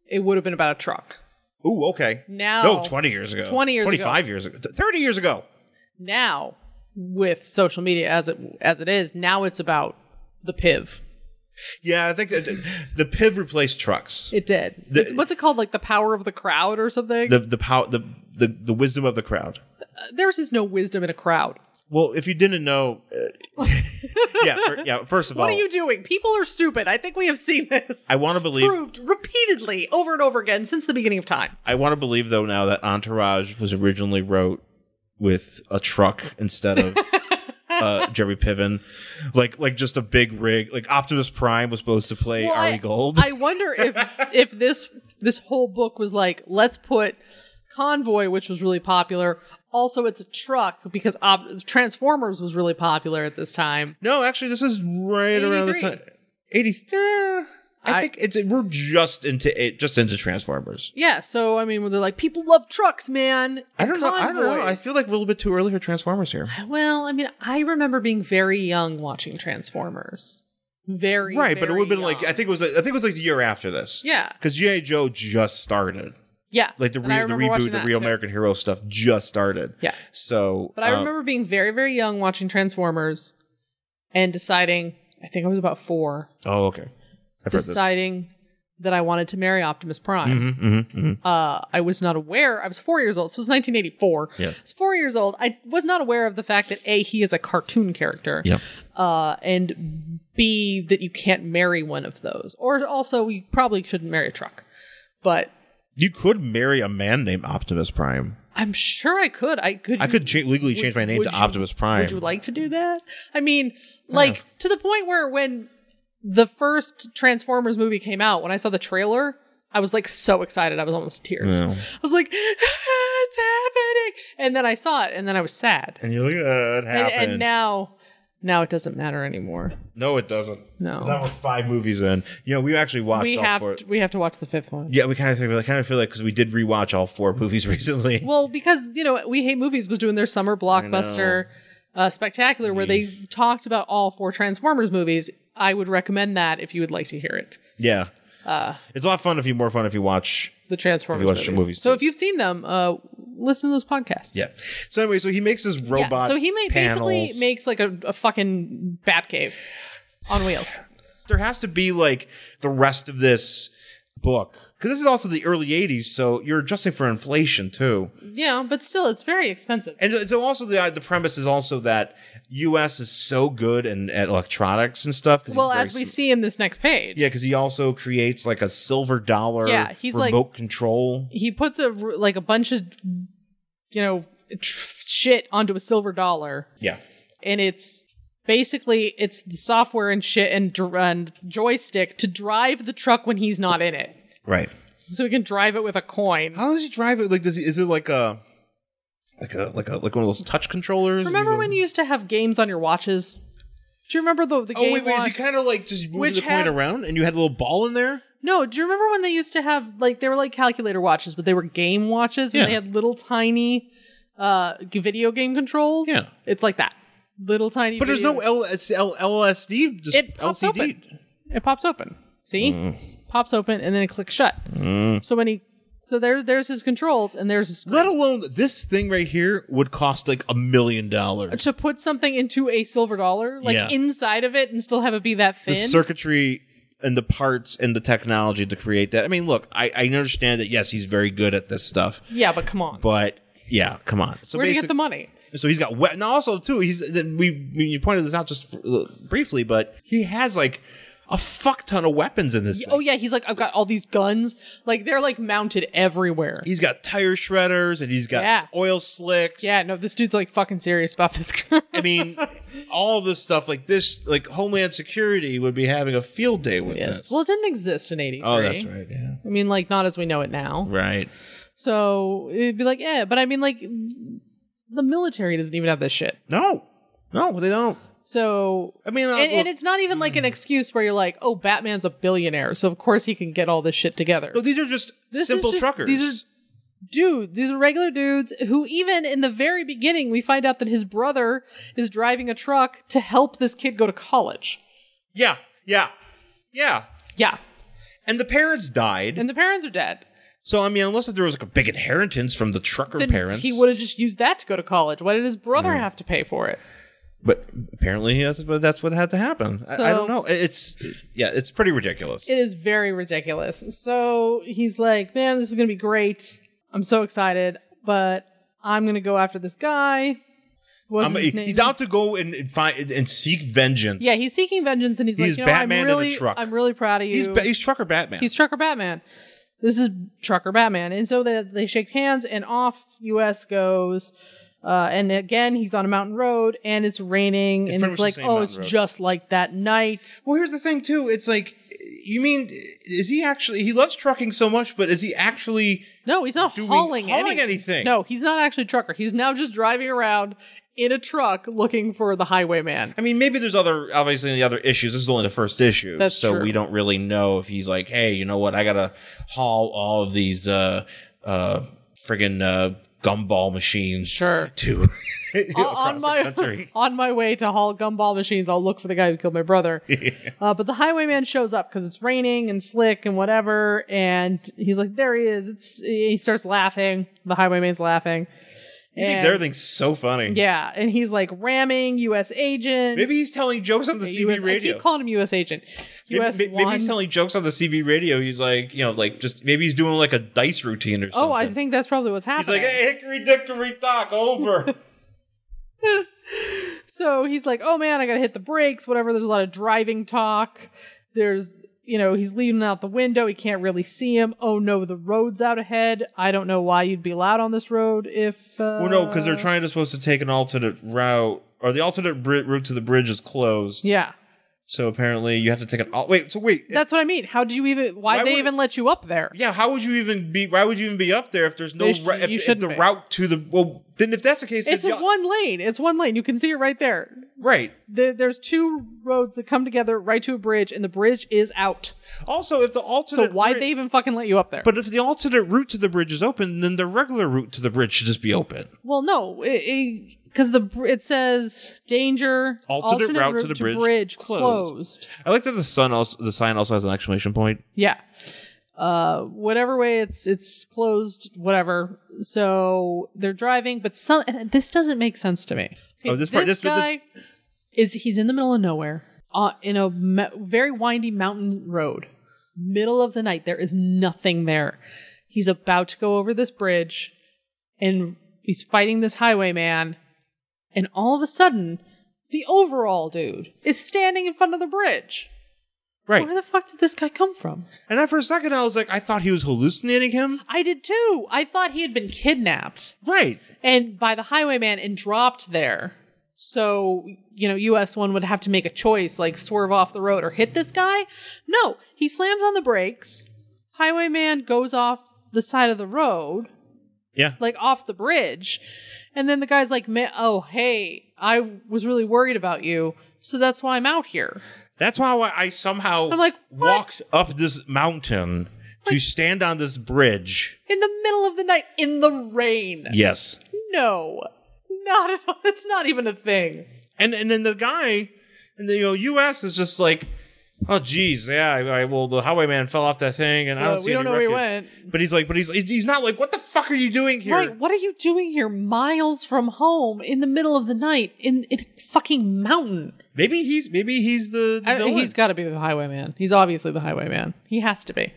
A: it would have been about a truck.
B: Ooh, okay.
A: Now-
B: no, twenty years ago,
A: 20 years ago.
B: twenty-five years ago, Th- thirty years ago.
A: Now, with social media as it as it is, now it's about the piv.
B: Yeah, I think that- the piv replaced trucks.
A: It did.
B: The-
A: It's- what's it called? Like the power of the crowd or something?
B: The the power the, the the wisdom of the crowd.
A: There's just no wisdom in a crowd.
B: Well, if you didn't know, uh, yeah, fir- yeah. First of
A: What
B: all,
A: are you doing? People are stupid. I think we have seen this.
B: Oh. I want to believe
A: proved repeatedly over and over again since the beginning of time.
B: I want to believe though now that Entourage was originally wrote with a truck instead of uh, Jerry Piven, like like just a big rig. Like Optimus Prime was supposed to play
A: Well,
B: Ari
A: I-
B: Gold.
A: I wonder if if this this whole book was like, let's put Convoy, which was really popular. Also, it's a truck because ob- Transformers was really popular at this time.
B: no, actually, this is right around the
A: 83.
B: time eighty. eh, I,
A: I-
B: think it's we're just into it, just into Transformers.
A: Yeah, so I mean, when they're like, people love trucks, man.
B: I don't know. I don't know. I
A: Convoys."
B: feel like we're a little bit too early for Transformers here.
A: well, I mean, I remember being very young watching Transformers. Very
B: Right, but it
A: very
B: would have been like
A: young.
B: I think it was like, I think it was like the year after this.
A: Yeah.
B: because GI Joe just started.
A: yeah,
B: like the
A: And I
B: re- the
A: remember watching
B: reboot, the
A: that
B: Real
A: too.
B: American Hero stuff just started.
A: Yeah.
B: So,
A: But I
B: um,
A: remember being very very young watching Transformers, and deciding I think I was about four.
B: Oh, okay. I've
A: deciding that I wanted to marry Optimus Prime.
B: heard this. Mhm, mhm, mhm.
A: Uh, I was not aware. I was four years old. So it was 1984.
B: Yeah.
A: I was four years old. I was not aware of the fact that A, he is a cartoon character.
B: Yeah.
A: Uh, and B, that you can't marry one of those. Or also, you probably shouldn't marry a truck. But
B: You could marry a man named Optimus Prime.
A: I'm sure I could. I could.
B: I could cha- legally change my name
A: would
B: to
A: you-
B: Optimus Prime.
A: Would you like to do that? I mean, like to the point where when the first Transformers movie came out, when I saw the trailer, I was like so excited. I was almost in tears. I was like, it's happening. And then I saw it and then I was sad.
B: and you're like, uh, it
A: And,
B: happened.
A: and now now it doesn't matter anymore.
B: no, it doesn't.
A: No.
B: That was five movies in. You know, we actually watched
A: we
B: all
A: have
B: four.
A: to, we have to watch the fifth one.
B: yeah, we kind of think, I kind of feel like because we did rewatch all four movies recently.
A: Well, because you know, we hate movies was doing their summer blockbuster uh, spectacular where they talked about all four Transformers movies. I would recommend that if you would like to hear it.
B: yeah.
A: uh,
B: it's a lot of fun if you more fun if you watch
A: The Transformers
B: If you watch
A: movies.
B: the movies,
A: so
B: too.
A: if you've seen them, uh, listen to those podcasts.
B: Yeah. So anyway, so he makes his
A: Yeah,
B: robot.
A: so he may, basically
B: panels.
A: makes like a, a fucking Batcave on wheels.
B: There has to be like the rest of this book because this is also the early '80s, so you're adjusting for inflation too.
A: Yeah, but still, it's very expensive.
B: And so- so also the the premise is also that U.S. is so good and at electronics and stuff. 'cause he's
A: well,
B: very
A: as we
B: sm-
A: see in this next page,
B: yeah, because he also creates like a silver dollar.
A: Yeah, he's like-
B: remote control.
A: he puts a r- like a bunch of you know tr- shit onto a silver dollar,
B: Yeah.
A: and it's basically it's the software and shit and, dr- and joystick to drive the truck when he's not in it,
B: Right.
A: so he can drive it with a coin.
B: How does he drive it? Like, does he? Is it like a like a like a like one of those touch controllers?
A: Remember when you used to have games on your watches? Do you remember the, the
B: Oh
A: game
B: wait, wait! Is
A: watch-
B: he kind of like just moving
A: Which
B: the coin
A: had-
B: around, and you had a little ball in there?
A: No, do you remember when they used to have like they were like calculator watches, but they were game watches and
B: Yeah.
A: they had little tiny uh g- video game controls?
B: Yeah.
A: It's like that. Little tiny
B: But there's
A: video-
B: no L- S- L- LSD, just
A: It pops
B: LCD.
A: open.
B: e-
A: it pops open. See?
B: Mm.
A: Pops open and then it clicks shut. So when he so there's there's his controls and there's his
B: Let alone that this thing right here would cost like a million dollars.
A: to put something into a silver dollar, like
B: Yeah.
A: inside of it and still have it be that
B: The
A: thin.
B: circuitry and the parts and the technology to create that. I mean, look, I, I understand that. Yes, he's very good at this stuff,
A: yeah, but come on.
B: but yeah, come on. So
A: Where do you get
B: basic-
A: the money?
B: So he's got wet, and also too, he's then we we- you pointed this out just uh, briefly, but he has like a fuck ton of weapons in this. thing.
A: Oh yeah, he's like, I've got all these guns. Like they're like mounted everywhere.
B: He's got tire shredders and he's got
A: Yeah.
B: s- oil slicks.
A: Yeah, no, this dude's like fucking serious about this.
B: I mean, all this stuff like this, like Homeland Security would be having a field day with this.
A: Well, it didn't exist in 83.
B: oh, that's right. Yeah.
A: I mean, like, not as we know it now.
B: Right.
A: So it'd be like, yeah, but I mean, like, the military doesn't even have this shit.
B: No. No, they don't.
A: So.
B: I mean, uh, mm.
A: And,
B: look-
A: and it's not even like an excuse where you're like, oh, Batman's a billionaire, so of course he can get all this shit together.
B: no, these are just
A: This is
B: simple
A: just-
B: truckers.
A: these Dude, these are regular dudes who, even in the very beginning, we find out that his brother is driving a truck to help this kid go to college.
B: yeah. Yeah. Yeah.
A: Yeah.
B: And the parents died.
A: And the parents are dead.
B: so I mean, unless there was like a big inheritance from the trucker
A: then
B: parents,
A: He would have just used that to go to college. Why did his brother have to pay for it?
B: But apparently, yes, but that's what had to happen. I, I
A: So-
B: don't know. It- It's yeah, it's pretty ridiculous.
A: It is very ridiculous. So he's like, man, this is going to be great. I'm so excited, but I'm going to go after this guy. What's
B: Um,
A: his name?
B: he's out to go and, and find and seek vengeance.
A: yeah, he's seeking vengeance, and he's,
B: He's
A: like, you know,
B: Batman
A: I'm
B: in a
A: really,
B: truck.
A: I'm really proud of you.
B: he's, ba- he's trucker Batman.
A: He's Trucker Batman. This is Trucker Batman. And so they, they shake hands, and off US goes. Uh, and again, he's on a mountain road, and it's raining, and
B: pretty much
A: it's
B: the
A: like,
B: same
A: oh,
B: mountain
A: it's
B: road.
A: just like that night.
B: well, here's the thing too. It's like, you mean is he actually? He loves trucking so much, but is he actually?
A: No, he's not
B: doing-
A: hauling,
B: hauling
A: any-
B: anything.
A: No, he's not actually a trucker. He's now just driving around in a truck looking for the highwayman.
B: I mean, maybe there's other obviously the other issues. This is only the first issue,
A: That's
B: so
A: true.
B: we don't really know if he's like, hey, you know what? I gotta haul all of these uh uh friggin' uh, gumball machines
A: Sure.
B: to
A: on my on my way to haul gumball machines, I'll look for the guy who killed my brother. Uh, but the highwayman shows up because it's raining and slick and whatever, and he's like, "There he is!" It's he starts laughing. The highwayman's laughing.
B: He thinks
A: And-
B: everything's so funny.
A: Yeah, and he's like ramming U.S. agent.
B: Maybe he's telling jokes on the
A: US,
B: CB
A: I
B: radio.
A: keep calling him U.S. agent.
B: Maybe,
A: U.S.
B: may- maybe
A: one.
B: he's telling jokes on the CB radio. He's like, you know, like just maybe he's doing like a dice routine or something.
A: oh, I think that's probably what's
B: he's
A: happening.
B: like, hey, hickory dickory dock, over.
A: So he's like, "Oh man, I gotta hit the brakes." Whatever. There's a lot of driving talk. There's you know, he's leaning out the window. He can't really see him. Oh no, the road's out ahead. I don't know why you'd be allowed on this road if. Uh,
B: Well, no, because they're trying to supposed to take an alternate route, or the alternate bri- route to the bridge is closed.
A: Yeah,
B: So apparently, you have to take an. Al- wait. So wait.
A: that's what I mean. How do you even? Why,
B: Why
A: they
B: would-
A: even let you up there?
B: yeah. How would you even be? Why would you even be up there if there's no?
A: They sh-
B: ra- if,
A: you
B: if
A: shouldn't
B: the
A: be.
B: route to the well, then if that's the case,
A: It's
B: if
A: a
B: y'all-
A: one lane. It's one lane. You can see it right there.
B: right.
A: There- There's two roads that come together right to a bridge, and the bridge is out.
B: Also, if the
A: So
B: alternate
A: why
B: bri-
A: they even fucking let you up there?
B: But if the alternate route to the bridge is open, then the regular route to the bridge should just be open.
A: well, no, because the br- it says danger
B: Alternate route to the bridge
A: closed.
B: closed. I like that the sun also the sign also has an exclamation point.
A: Yeah. Uh, whatever way it's it's closed, whatever. So they're driving, but some and this doesn't make sense to me.
B: Oh, this part- this- but
A: guy is he's in the middle of nowhere, uh, in a me- very windy mountain road, middle of the night. There is nothing there. He's about to go over this bridge, and he's fighting this highwayman, and all of a sudden, the overall dude is standing in front of the bridge.
B: Right.
A: Where the fuck did this guy come from?
B: And then for a second, I was like, I thought he was hallucinating him.
A: I did too. I thought he had been kidnapped
B: Right.
A: and by the highwayman and dropped there. So, you know, US one would have to make a choice like swerve off the road or hit this guy. No, he slams on the brakes. Highwayman goes off the side of the road,
B: Yeah.
A: like off the bridge. And then the guy's like, "Ma- "Oh, hey, I was really worried about you. So that's why I'm out here."
B: That's why I- I somehow
A: I'm like, what?
B: walked up this mountain to stand on this bridge.
A: In the middle of the night in the rain.
B: Yes.
A: No. Not at all. It's not even a thing.
B: And and then the guy in the you know, U.S. is just like, oh geez, yeah. I, I, well, the highwayman fell off that thing, and I
A: Uh,
B: don't see
A: we don't
B: any
A: know where he
B: wreckage."
A: went.
B: But he's like, but he's he's not like, what the fuck are you doing here?
A: Right, what are you doing here miles from home in the middle of the night in, in a fucking mountain?
B: Maybe he's maybe he's the, the
A: I-
B: villain.
A: he's got to be the highwayman. He's obviously the highwayman. He has to be.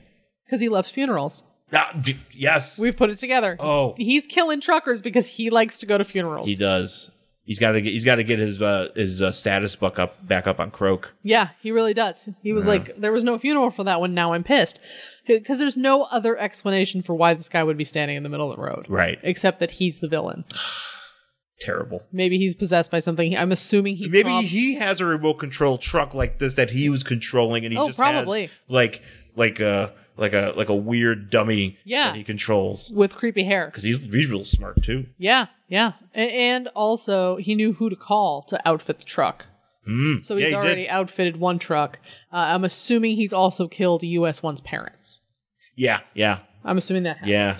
A: Because he loves funerals.
B: Ah, d- yes,
A: We've put it together.
B: Oh.
A: He's killing truckers because he likes to go to funerals.
F: He does.
B: he's got to get he's got to get his uh, his uh, status buck up back up on Croak.
A: Yeah, he really does. He was like, there was no funeral for that one. Now I'm pissed. Because there's no other explanation for why this guy would be standing in the middle of the road.
B: Right.
A: Except that he's the villain.
B: Terrible.
A: Maybe he's possessed by something. I'm assuming he
B: Maybe
A: prob-
B: he has a remote control truck like this that he was controlling, and he
A: Oh,
B: just
A: probably.
B: has like like a like a like a weird dummy
A: Yeah.
B: that he controls
A: with creepy hair.
B: because he's he's real smart too.
A: Yeah, yeah, A- and also he knew who to call to outfit the truck. so he's
B: Mm, yeah, he did.
A: already outfitted one truck. Uh, I'm assuming he's also killed US one's parents.
B: Yeah, yeah,
A: I'm assuming that happened.
B: yeah.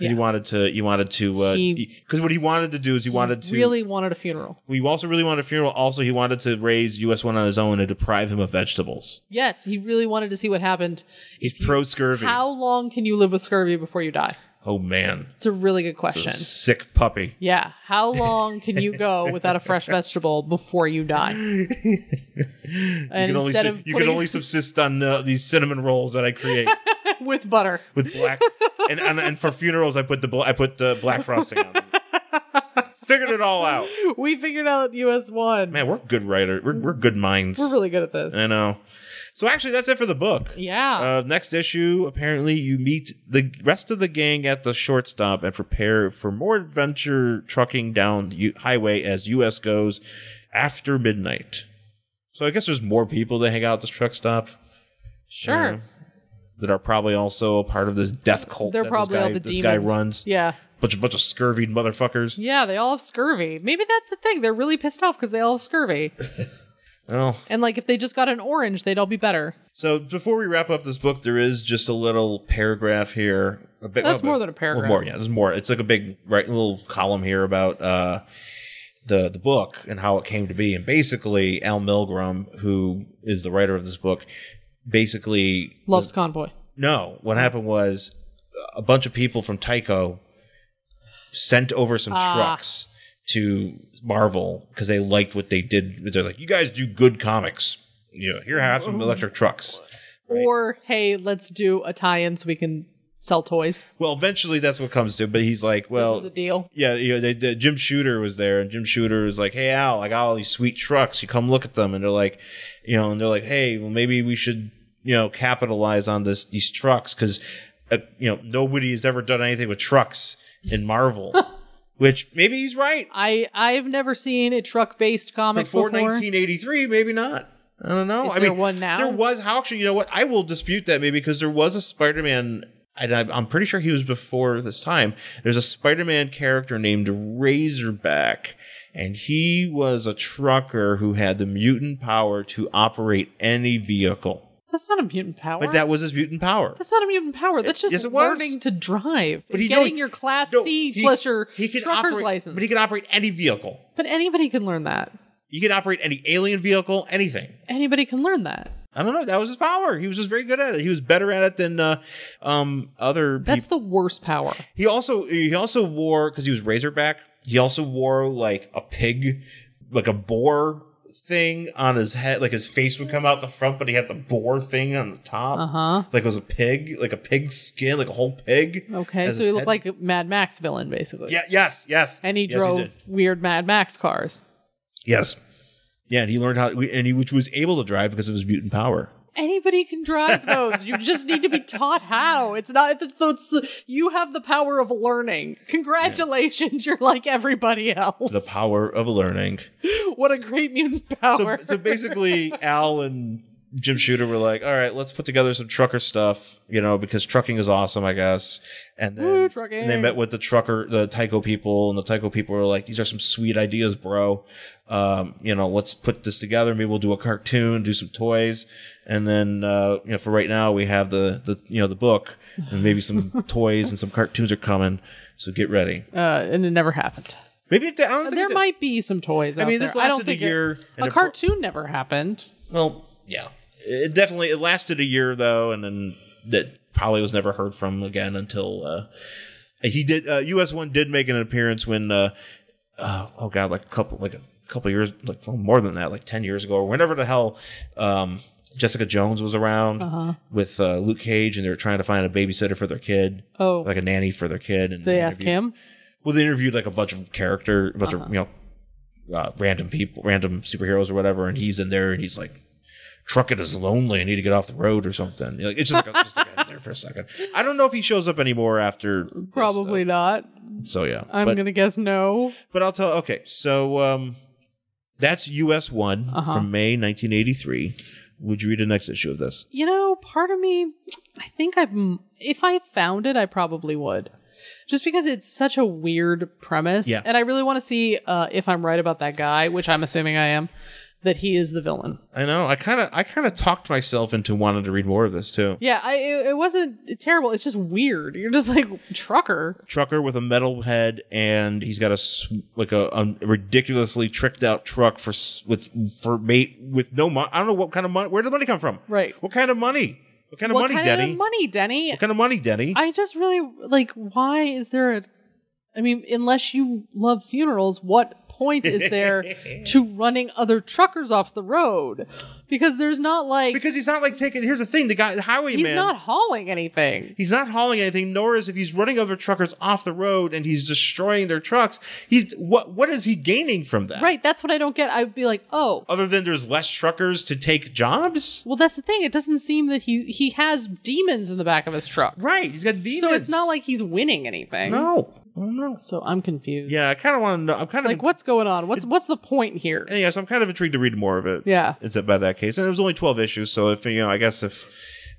B: 'Cause
A: Yeah.
B: He wanted to. He wanted to.
A: He-
B: Because what he wanted to do is he wanted to.
A: really wanted a funeral.
B: He also really wanted a funeral. Also, he wanted to raise US one on his own and deprive him of vegetables.
A: Yes, he really wanted to see what happened.
B: He's pro scurvy.
A: How long can you live with scurvy before you die?
B: Oh man,
A: It's a really good question.
B: sick puppy.
A: Yeah, how long can you go without a fresh vegetable before you die? And
B: you can only,
A: instead
B: su-
A: of
B: you can
A: putting-
B: only subsist on uh, these cinnamon rolls that I create
A: with butter.
B: with black and, and and for funerals I put the bla- I put the black frosting on them. Figured it all out.
A: We figured out US one.
B: Man, we're good writer. We're we're good minds.
A: We're really good at this.
B: I know. So actually, that's it for the book.
A: Yeah.
B: Uh, next issue, apparently, you meet the rest of the gang at the shortstop and prepare for more adventure trucking down the U- highway as U.S. goes after midnight. So I guess there's more people that hang out at this truck stop
A: sure.
B: that are probably also a part of this death cult.
A: They're
B: that
A: probably
B: this guy,
A: all the
B: this
A: demons.
B: guy runs.
A: Yeah.
B: bunch of bunch of scurvied motherfuckers.
A: Yeah, they all have scurvy. Maybe that's the thing. They're really pissed off because they all have scurvy.
B: Oh,
A: And like if they just got an orange, they'd all be better.
B: So before we wrap up this book, there is just a little paragraph here. A bit,
A: That's
B: a bit-
A: more than a paragraph.
B: Well, more, yeah, there's more. It's like a big right little column here about uh, the the book and how it came to be. And basically, Al Milgram, who is the writer of this book, basically
A: Loves convoy.
B: no.
A: Hmm.
B: What happened was a bunch of people from Tyco sent over some
A: Ah.
B: trucks to Marvel because they liked what they did. They're like, you guys do good comics. You know, here have some electric trucks.
A: Or hey, let's do a tie-in so we can sell toys.
B: Well, eventually that's what comes to. But he's like, well,
A: this is a deal.
B: yeah, you know, they, they, Jim Shooter was there, and Jim Shooter was like, "Hey Al, I got all these sweet trucks. You come look at them." And they're like, you know, and they're like, "Hey, well, maybe we should you know capitalize on this these trucks because uh, you know nobody has ever done anything with trucks in Marvel, which maybe he's right.
A: I I've never seen a truck based comic
B: Before
A: before.
B: 1983, maybe not. I don't know.
A: Is
B: I
A: there
B: mean,
A: one now?
B: There was. How actually? You know what? I will dispute that maybe because there was a Spider-Man. And I- I'm pretty sure he was before this time. There's a Spider-Man character named Razorback, and he was a trucker who had the mutant power to operate any vehicle.
A: That's not a mutant power.
B: But that was his mutant power.
A: That's not a mutant power. That's just
B: yes, it was.
A: learning to drive.
B: But
A: But
B: he- no,
A: getting
B: he-
A: your class
B: No,
A: C
B: he-
A: Fletcher
B: he can
A: trucker's
B: operate-
A: license.
B: But he can operate any vehicle.
A: But anybody can learn that.
B: You can operate any alien vehicle, anything.
A: Anybody can learn that.
B: I don't know. That was his power. He was just very good at it. He was better at it than uh, um, other
A: That's
B: people.
A: the worst power.
B: He also he also wore because he was Razorback. He also wore like a pig, like a boar thing on his head. Like his face would come out the front, but he had the boar thing on the top.
A: Uh huh.
B: Like it was a pig, like a pig skin, like a whole pig.
A: Okay,
B: as
A: so
B: his
A: he looked
B: head.
A: like a Mad Max villain, basically.
B: yeah, yes, yes.
A: And he
B: Yes,
A: drove
B: did.
A: weird Mad Max cars.
B: Yes. Yeah, and he learned how, and he which was able to drive because of his mutant power.
A: Anybody can drive those. you just need to be taught how. It's not. It's, the- it's the, you have the power of learning. Congratulations, you're like everybody else.
B: The power of learning.
A: what a great mutant power.
B: So, so basically, Al and Jim Shooter were like, "All right, let's put together some trucker stuff, you know, because trucking is awesome, I guess." And then
A: Woo, trucking.
B: and they met with the trucker, the Tyco people, and the Tyco people were like, "These are some sweet ideas, bro. Um, you know, let's put this together. Maybe we'll do a cartoon, do some toys, and then uh, you know, for right now, we have the the you know the book, and maybe some toys and some cartoons are coming." So get ready.
A: uh, and it never happened.
B: Maybe it, I don't think it
A: There
B: did.
A: might be some toys. I
B: mean,
A: out
B: this
A: there. I
B: lasted a
A: don't think it-
B: year and
A: a
B: it bro-
A: cartoon never happened.
B: Well, yeah, it definitely it lasted a year though, and then that probably was never heard from again until uh, he did. Uh, US one did make an appearance when uh, uh, oh god, like a couple like a couple years, like well, more than that, like ten years ago or whenever the hell. Um, Jessica Jones was around
A: Uh-huh.
B: with uh, Luke Cage, and they were trying to find a babysitter for their kid,
A: Oh,
B: like a nanny for their kid. And
A: they ask
B: interviewed-
A: him.
B: well, they interviewed like a bunch of character, a bunch
A: Uh-huh.
B: of you know, uh, random people, random superheroes or whatever, and he's in there and he's like, "Trucking is lonely. I need to get off the road or something." Like it's just like, just like there for a second. I don't know if he shows up anymore after. this,
A: Probably not.
B: though. so yeah,
A: I'm
B: but,
A: gonna guess no.
B: but I'll tell. Okay, so um, that's U.S. one
A: Uh-huh.
B: from May 1983. Would you read the next issue of this?
A: You know, part of me, I think I, am if I found it, I probably would, just because it's such a weird premise.
B: Yeah.
A: And I really want to see uh, if I'm right about that guy, which I'm assuming I am, that he is the villain.
B: I know. I kind of, I kind of talked myself into wanting to read more of this too.
A: Yeah, I, it, it wasn't terrible. It's just weird. You're just like trucker.
B: trucker with a metal head and he's got a s- like a, a ridiculously tricked out truck for s- with for mate with no money. I don't know what kind of money. Where did the money come from?
A: Right.
B: What kind of money? What kind of
A: what
B: money,
A: kind
B: Denny?
A: of money, Denny?
B: What kind of money, Denny?
A: I just really like. Why is there a? I mean, unless you love funerals, what point is there to running other truckers off the road? Because there's not like
B: because he's not like taking. Here's the thing: the guy, the highwayman.
A: he's not hauling anything.
B: He's not hauling anything, nor is if he's running over truckers off the road and he's destroying their trucks. He's what? What is he gaining from that?
A: Right. That's what I don't get. I'd be like, oh,
B: Other than there's less truckers to take jobs.
A: well, that's the thing. It doesn't seem that he he has demons in the back of his truck,
B: Right. He's got demons.
A: so it's not like he's winning anything.
B: no. I don't know.
A: So I'm confused.
B: Yeah, I kind of want to know. I'm kind of
A: Like, what's going on? What's what's the point here?
B: yeah, so I'm kind of intrigued to read more of it.
A: Yeah.
B: Is it by that case? And it was only 12 issues, so if you know, I guess if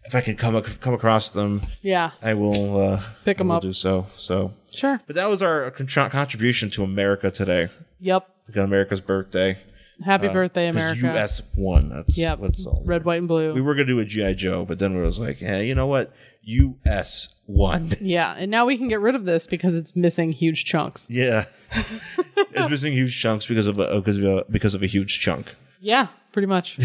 B: if I can come ac- come across them,
A: Yeah.
B: I will uh
A: Pick
B: I
A: 'em
B: will
A: up.
B: Do so. So,
A: Sure.
B: but that was our contr- contribution to America today
A: Yep.
B: because America's birthday.
A: Happy birthday,
B: Uh, 'Cause
A: America.
B: U.S. won. That's
A: Yep.
B: What's all.
A: Red, white, and blue.
B: We were gonna do a GI Joe, but then we was like, yeah, you know what? U.S. won.
A: Yeah, and now we can get rid of this because it's missing huge chunks.
B: yeah. it's missing huge chunks because of a because of a, because of a huge chunk.
A: Yeah, pretty much.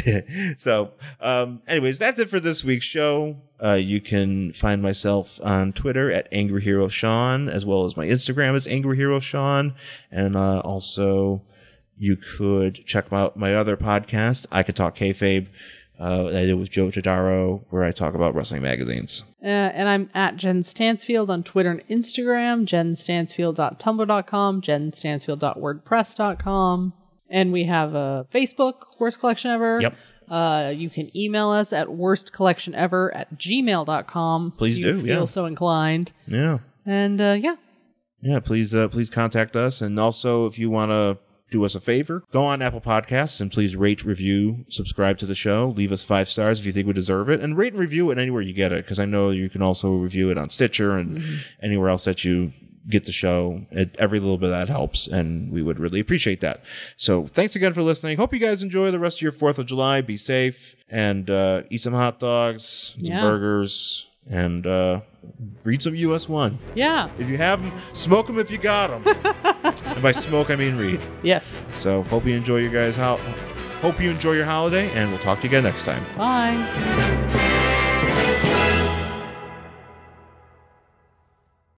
B: So, um, anyways, that's it for this week's show. Uh, you can find myself on Twitter at Angry Hero Sean, as well as my Instagram is Angry Hero Sean, and uh, also you could check out my other podcast, I Could Talk Kayfabe, uh, that I did with Joe Tadaro, where I talk about wrestling magazines.
A: uh, and I'm at Jen Stansfield on Twitter and Instagram, jenstansfield.tumblr.com, jenstansfield.wordpress.com. And we have a Facebook, worst collection ever.
B: Yep.
A: Uh, you can email us at worstcollectionever at gmail.com.
B: Please
A: you
B: do,
A: Feel
B: yeah.
A: so inclined.
B: Yeah.
A: And uh, yeah,
B: Yeah, please uh, please contact us and also if you want to do us a favor, go on Apple Podcasts and please rate, review, subscribe to the show, leave us 5 stars if you think we deserve it and rate and review it anywhere you get it cuz I know you can also review it on Stitcher and anywhere else that you get the show. It, every little bit of that helps and we would really appreciate that. So, thanks again for listening. Hope you guys enjoy the rest of your 4th of July. Be safe and uh, eat some hot dogs, some
A: Yeah.
B: burgers and uh, read some US1.
A: yeah,
B: If you have them, smoke them if you got them. and by smoke, I mean read.
A: yes.
B: So hope you enjoy your guys' ho- hope you enjoy your holiday, and we'll talk to you again next time.
A: Bye.